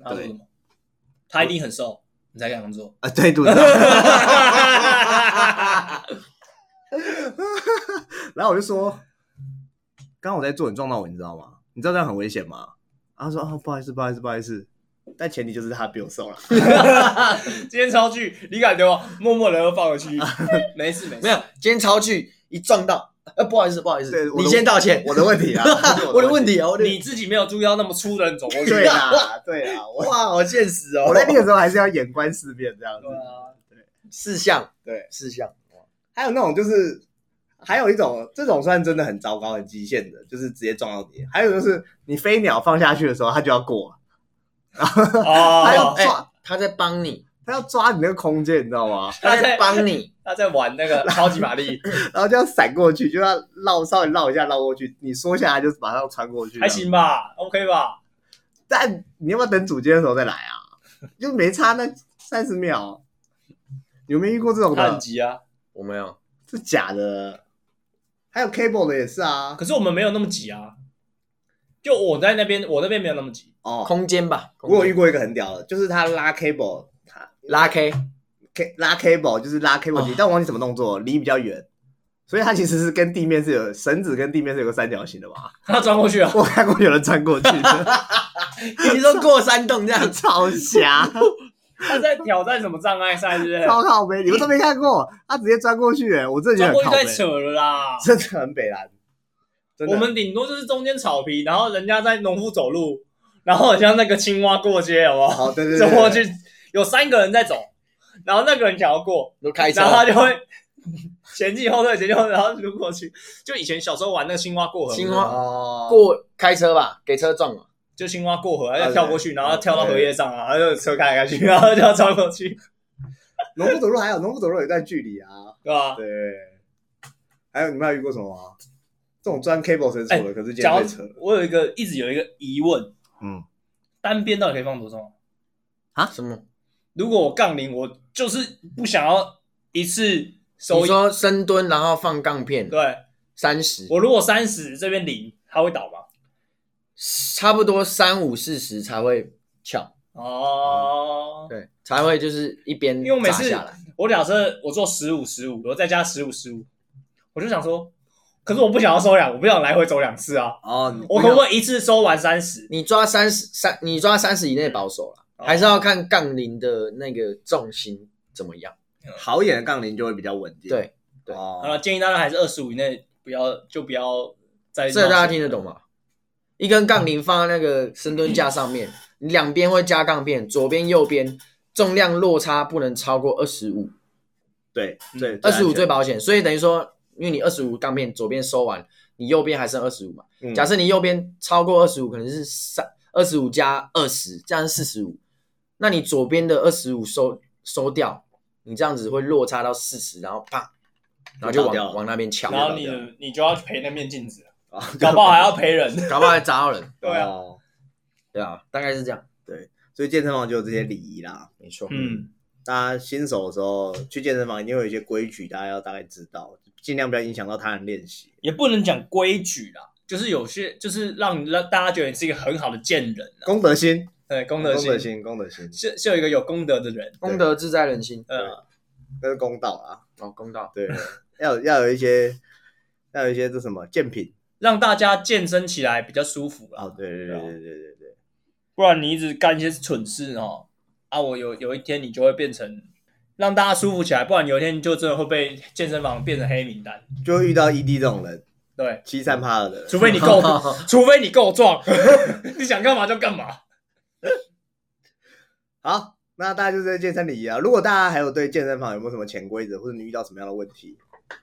Speaker 3: 然后说什么？他一定很瘦，你才敢这样 做。
Speaker 2: 啊，对，肚子。然后我就说，刚刚我在做，你撞到我，你知道吗？你知道这样很危险吗？然后他说啊，不好意思，不好意思，不好意思。但前提就是他比我瘦 了。
Speaker 3: 今天超巨，你敢对吗？默默的又放回去，没事没
Speaker 4: 没
Speaker 3: 事，
Speaker 4: 有，今天超巨一撞到，呃，不好意思，不好意
Speaker 2: 对
Speaker 4: 思，
Speaker 2: 我的
Speaker 4: 你先道歉，，
Speaker 2: 我的问题啊
Speaker 4: 我的问。题啊，我的
Speaker 3: 你自己没有注意到那么粗的人走过去。
Speaker 2: 对啊，对啊，我
Speaker 4: 哇，好现实哦
Speaker 2: 我 在练的时候还是要眼观四面这样子
Speaker 3: 对。啊，
Speaker 4: 四项，
Speaker 2: 对，
Speaker 4: 四项，
Speaker 2: 还有那种就是，还有一种这种算真的很糟糕、很极限的，就是直接撞到你。还有就是你飞鸟放下去的时候，它就要过，还有
Speaker 3: 哦，
Speaker 4: 哎
Speaker 2: 抓、
Speaker 4: 他在帮你，
Speaker 2: 它要抓你那个空间，你知道吗？
Speaker 4: 他在帮你，
Speaker 3: 他在玩那个超级玛丽，
Speaker 2: 然后这样闪过去，就要绕稍微绕一下绕过去，你缩下来就是马上穿过去，
Speaker 3: 还。行吧？OK 吧？
Speaker 2: 但你要不要等主接的时候再来啊？就没差那三十秒。有没有遇过这种
Speaker 3: 他很
Speaker 2: 的？
Speaker 3: 急啊，
Speaker 4: 我没有，
Speaker 2: 是假的。还有 cable 的也是啊。
Speaker 3: 可是我们没有那么急啊。就我在那边，我那边没有那么急。
Speaker 2: 哦，
Speaker 4: 空间吧，空
Speaker 2: 我
Speaker 4: 间
Speaker 2: 有遇过一个很屌的，就是他拉 cable，他
Speaker 4: 拉 K，哦
Speaker 2: K 拉 cable 就是拉 cable 机，但我忘记什么动作，离比较远，所以它其实是跟地面是有绳子跟地面是有个三角形的吧？
Speaker 3: 他钻过去啊，
Speaker 2: 我看过有人穿过去的，
Speaker 4: 你说过山洞这样子，
Speaker 2: 超瞎，
Speaker 3: 他在挑战什么障碍赛，是不是？
Speaker 2: 超靠背，你们都没看过，他直接钻过去、欸，我真的觉
Speaker 3: 钻
Speaker 2: 得
Speaker 3: 过去
Speaker 2: 很靠背
Speaker 3: 太，扯了啦。
Speaker 2: 真的很北蓝。真的
Speaker 3: 我们顶多就是中间草皮，然后人家在农夫走路，然后很像那个青蛙过街，好不好？
Speaker 2: 好，对对对
Speaker 3: 走
Speaker 2: 对，
Speaker 3: 过去有三个人在走，然后那个人想要过，
Speaker 4: 都开车
Speaker 3: 然后他就会前进后退，前进后退，然后撸过去。就以前小时候玩那个青蛙过河，
Speaker 4: 青蛙
Speaker 2: 哦，
Speaker 4: 过开车吧，给车撞了。
Speaker 3: 就青蛙过河，然
Speaker 2: 啊
Speaker 3: 后
Speaker 2: 对
Speaker 3: 跳过去，然后跳到荷叶上啊，然后就车开来开去，然后就要超过去，
Speaker 2: 农夫走路还有农夫走路有一段距离啊，
Speaker 3: 对吧？
Speaker 2: 对。还有你们还有遇过什么吗？这种钻 cable 绳索的，可是肩
Speaker 3: 哎讲
Speaker 2: 被
Speaker 3: 到
Speaker 2: 扯。
Speaker 3: 我有一个一直有一个疑问，
Speaker 2: 嗯，
Speaker 3: 单边到底可以放多重啊？
Speaker 4: 什么？
Speaker 3: 如果我杠铃，我就是不想要一次收
Speaker 4: 你
Speaker 3: 一，
Speaker 4: 说深蹲，然后放杠片，
Speaker 3: 对
Speaker 4: 三十，
Speaker 3: 我如果三十这边零，它会倒吗？
Speaker 4: 差不多三五四十才会翘，
Speaker 3: 哦，
Speaker 4: 对，才会就是一边
Speaker 3: 因为我每
Speaker 4: 砸
Speaker 3: 次
Speaker 4: 下来。
Speaker 3: 我假设我做十五十五，我再加十五十五，我就想说，可是我不想要收两，我不想来回走两次啊，
Speaker 2: 哦，
Speaker 3: 我可不可以一次收完三十？
Speaker 4: 你抓三十三，你抓三十以内保守了，
Speaker 3: 哦
Speaker 4: 还是要看杠铃的那个重心怎么样。
Speaker 2: 好一点的杠铃就会比较稳定。
Speaker 4: 对，对
Speaker 2: 哦
Speaker 3: 好了，呃建议大家还是二十五以内，不要就不要再
Speaker 4: 这大家听得懂吗？一根杠铃放在那个深蹲架上面，你两边会加杠片，左边右边重量落差不能超过二十五，
Speaker 2: 对对，啊
Speaker 4: 二十五最
Speaker 2: 安
Speaker 4: 保险。所以等于说，因为你二十五杠片左边收完，你右边还剩二十五嘛。
Speaker 2: 全。
Speaker 4: 假
Speaker 2: 设
Speaker 4: 设你右边超过二十五，可能是三二十五加二十，这样是四十五。那你左边的二十五收收掉，你这样子会落差到四十，然后啪，然后就
Speaker 2: 就倒掉
Speaker 4: 往
Speaker 2: 了
Speaker 4: 往那边翘，
Speaker 3: 然后你你就要赔那面镜 子，搞
Speaker 2: 搞
Speaker 3: 不好还要赔人。
Speaker 4: 搞不好还砸到人。
Speaker 3: 对啊，
Speaker 2: 啊，
Speaker 4: 对啊，大概是这样，
Speaker 2: 所以健身房就有这些礼仪啦。
Speaker 4: 没错。
Speaker 3: 嗯，
Speaker 2: 大家新手的时候去健身房一定会有一些规矩，大家要大概知道，尽量不要影响到他人练习。
Speaker 3: 也不能讲规矩啦，就是有些就是让让大家觉得你是一个很好的贱人啊，
Speaker 2: 功德心，
Speaker 3: 对，功
Speaker 2: 功
Speaker 3: 德
Speaker 2: 德
Speaker 3: 心
Speaker 2: 心，功德心，
Speaker 3: 是是有一个有功德的人，
Speaker 4: 功德自在人心，
Speaker 3: 呃，
Speaker 2: 那是公道啊。
Speaker 4: 哦，公 道。
Speaker 2: 对，要有要有一些，要有一些这什么健品
Speaker 3: 让大家健身起来比较舒服
Speaker 2: 啊。
Speaker 3: 啦，
Speaker 2: 对对对
Speaker 3: 对啊
Speaker 2: 对对对对，
Speaker 3: 不然你一直干一些蠢事哦，啊，我有有一天你就会变成让大家舒服起来，不然有一天你就真的会被健身房变成黑名单，
Speaker 2: 就会遇到 ED 这种人，
Speaker 3: 对，
Speaker 2: 欺善怕恶的人。
Speaker 3: 除非你 够，除非你够壮， 你想干嘛就干嘛，
Speaker 2: 好，那大家就是健身礼仪啊。如果大家还有对健身房有没有什么潜规则，或者你遇到什么样的问题，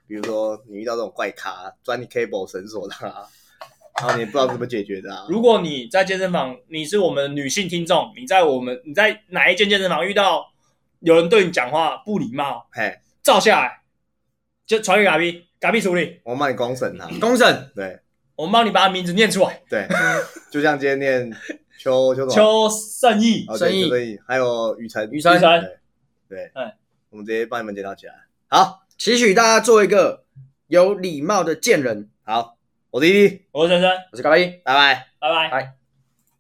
Speaker 2: 比如说你遇到这种怪咖钻你 cable 绳索的、 啊，然后你不知道怎么解决的、啊，
Speaker 3: 如果你在健身房，你是我们女性听众，你在我们你在哪一间健身房遇到有人对你讲话不礼貌，
Speaker 2: 嘿，
Speaker 3: 照下来就传给嘎逼，嘎逼处理，
Speaker 2: 我帮你公审他。 啊
Speaker 4: 公审，
Speaker 2: 对
Speaker 3: 我们帮你把他名字念出来。
Speaker 2: 对，就像今天念邱邱总，啊
Speaker 3: 邱胜义，
Speaker 2: 哦
Speaker 4: 生
Speaker 2: 对
Speaker 4: 意
Speaker 2: 邱正义，还有雨辰，
Speaker 4: 雨辰
Speaker 3: 雨辰
Speaker 2: 对对
Speaker 3: 哎，
Speaker 2: 我们直接帮你们介绍起来。好，
Speaker 4: 期许大家做一个有礼貌的贱人。
Speaker 2: 好，我是 ED，
Speaker 3: 我是森森，
Speaker 4: 我是高一，
Speaker 2: 拜拜。
Speaker 3: 拜拜。
Speaker 4: 拜。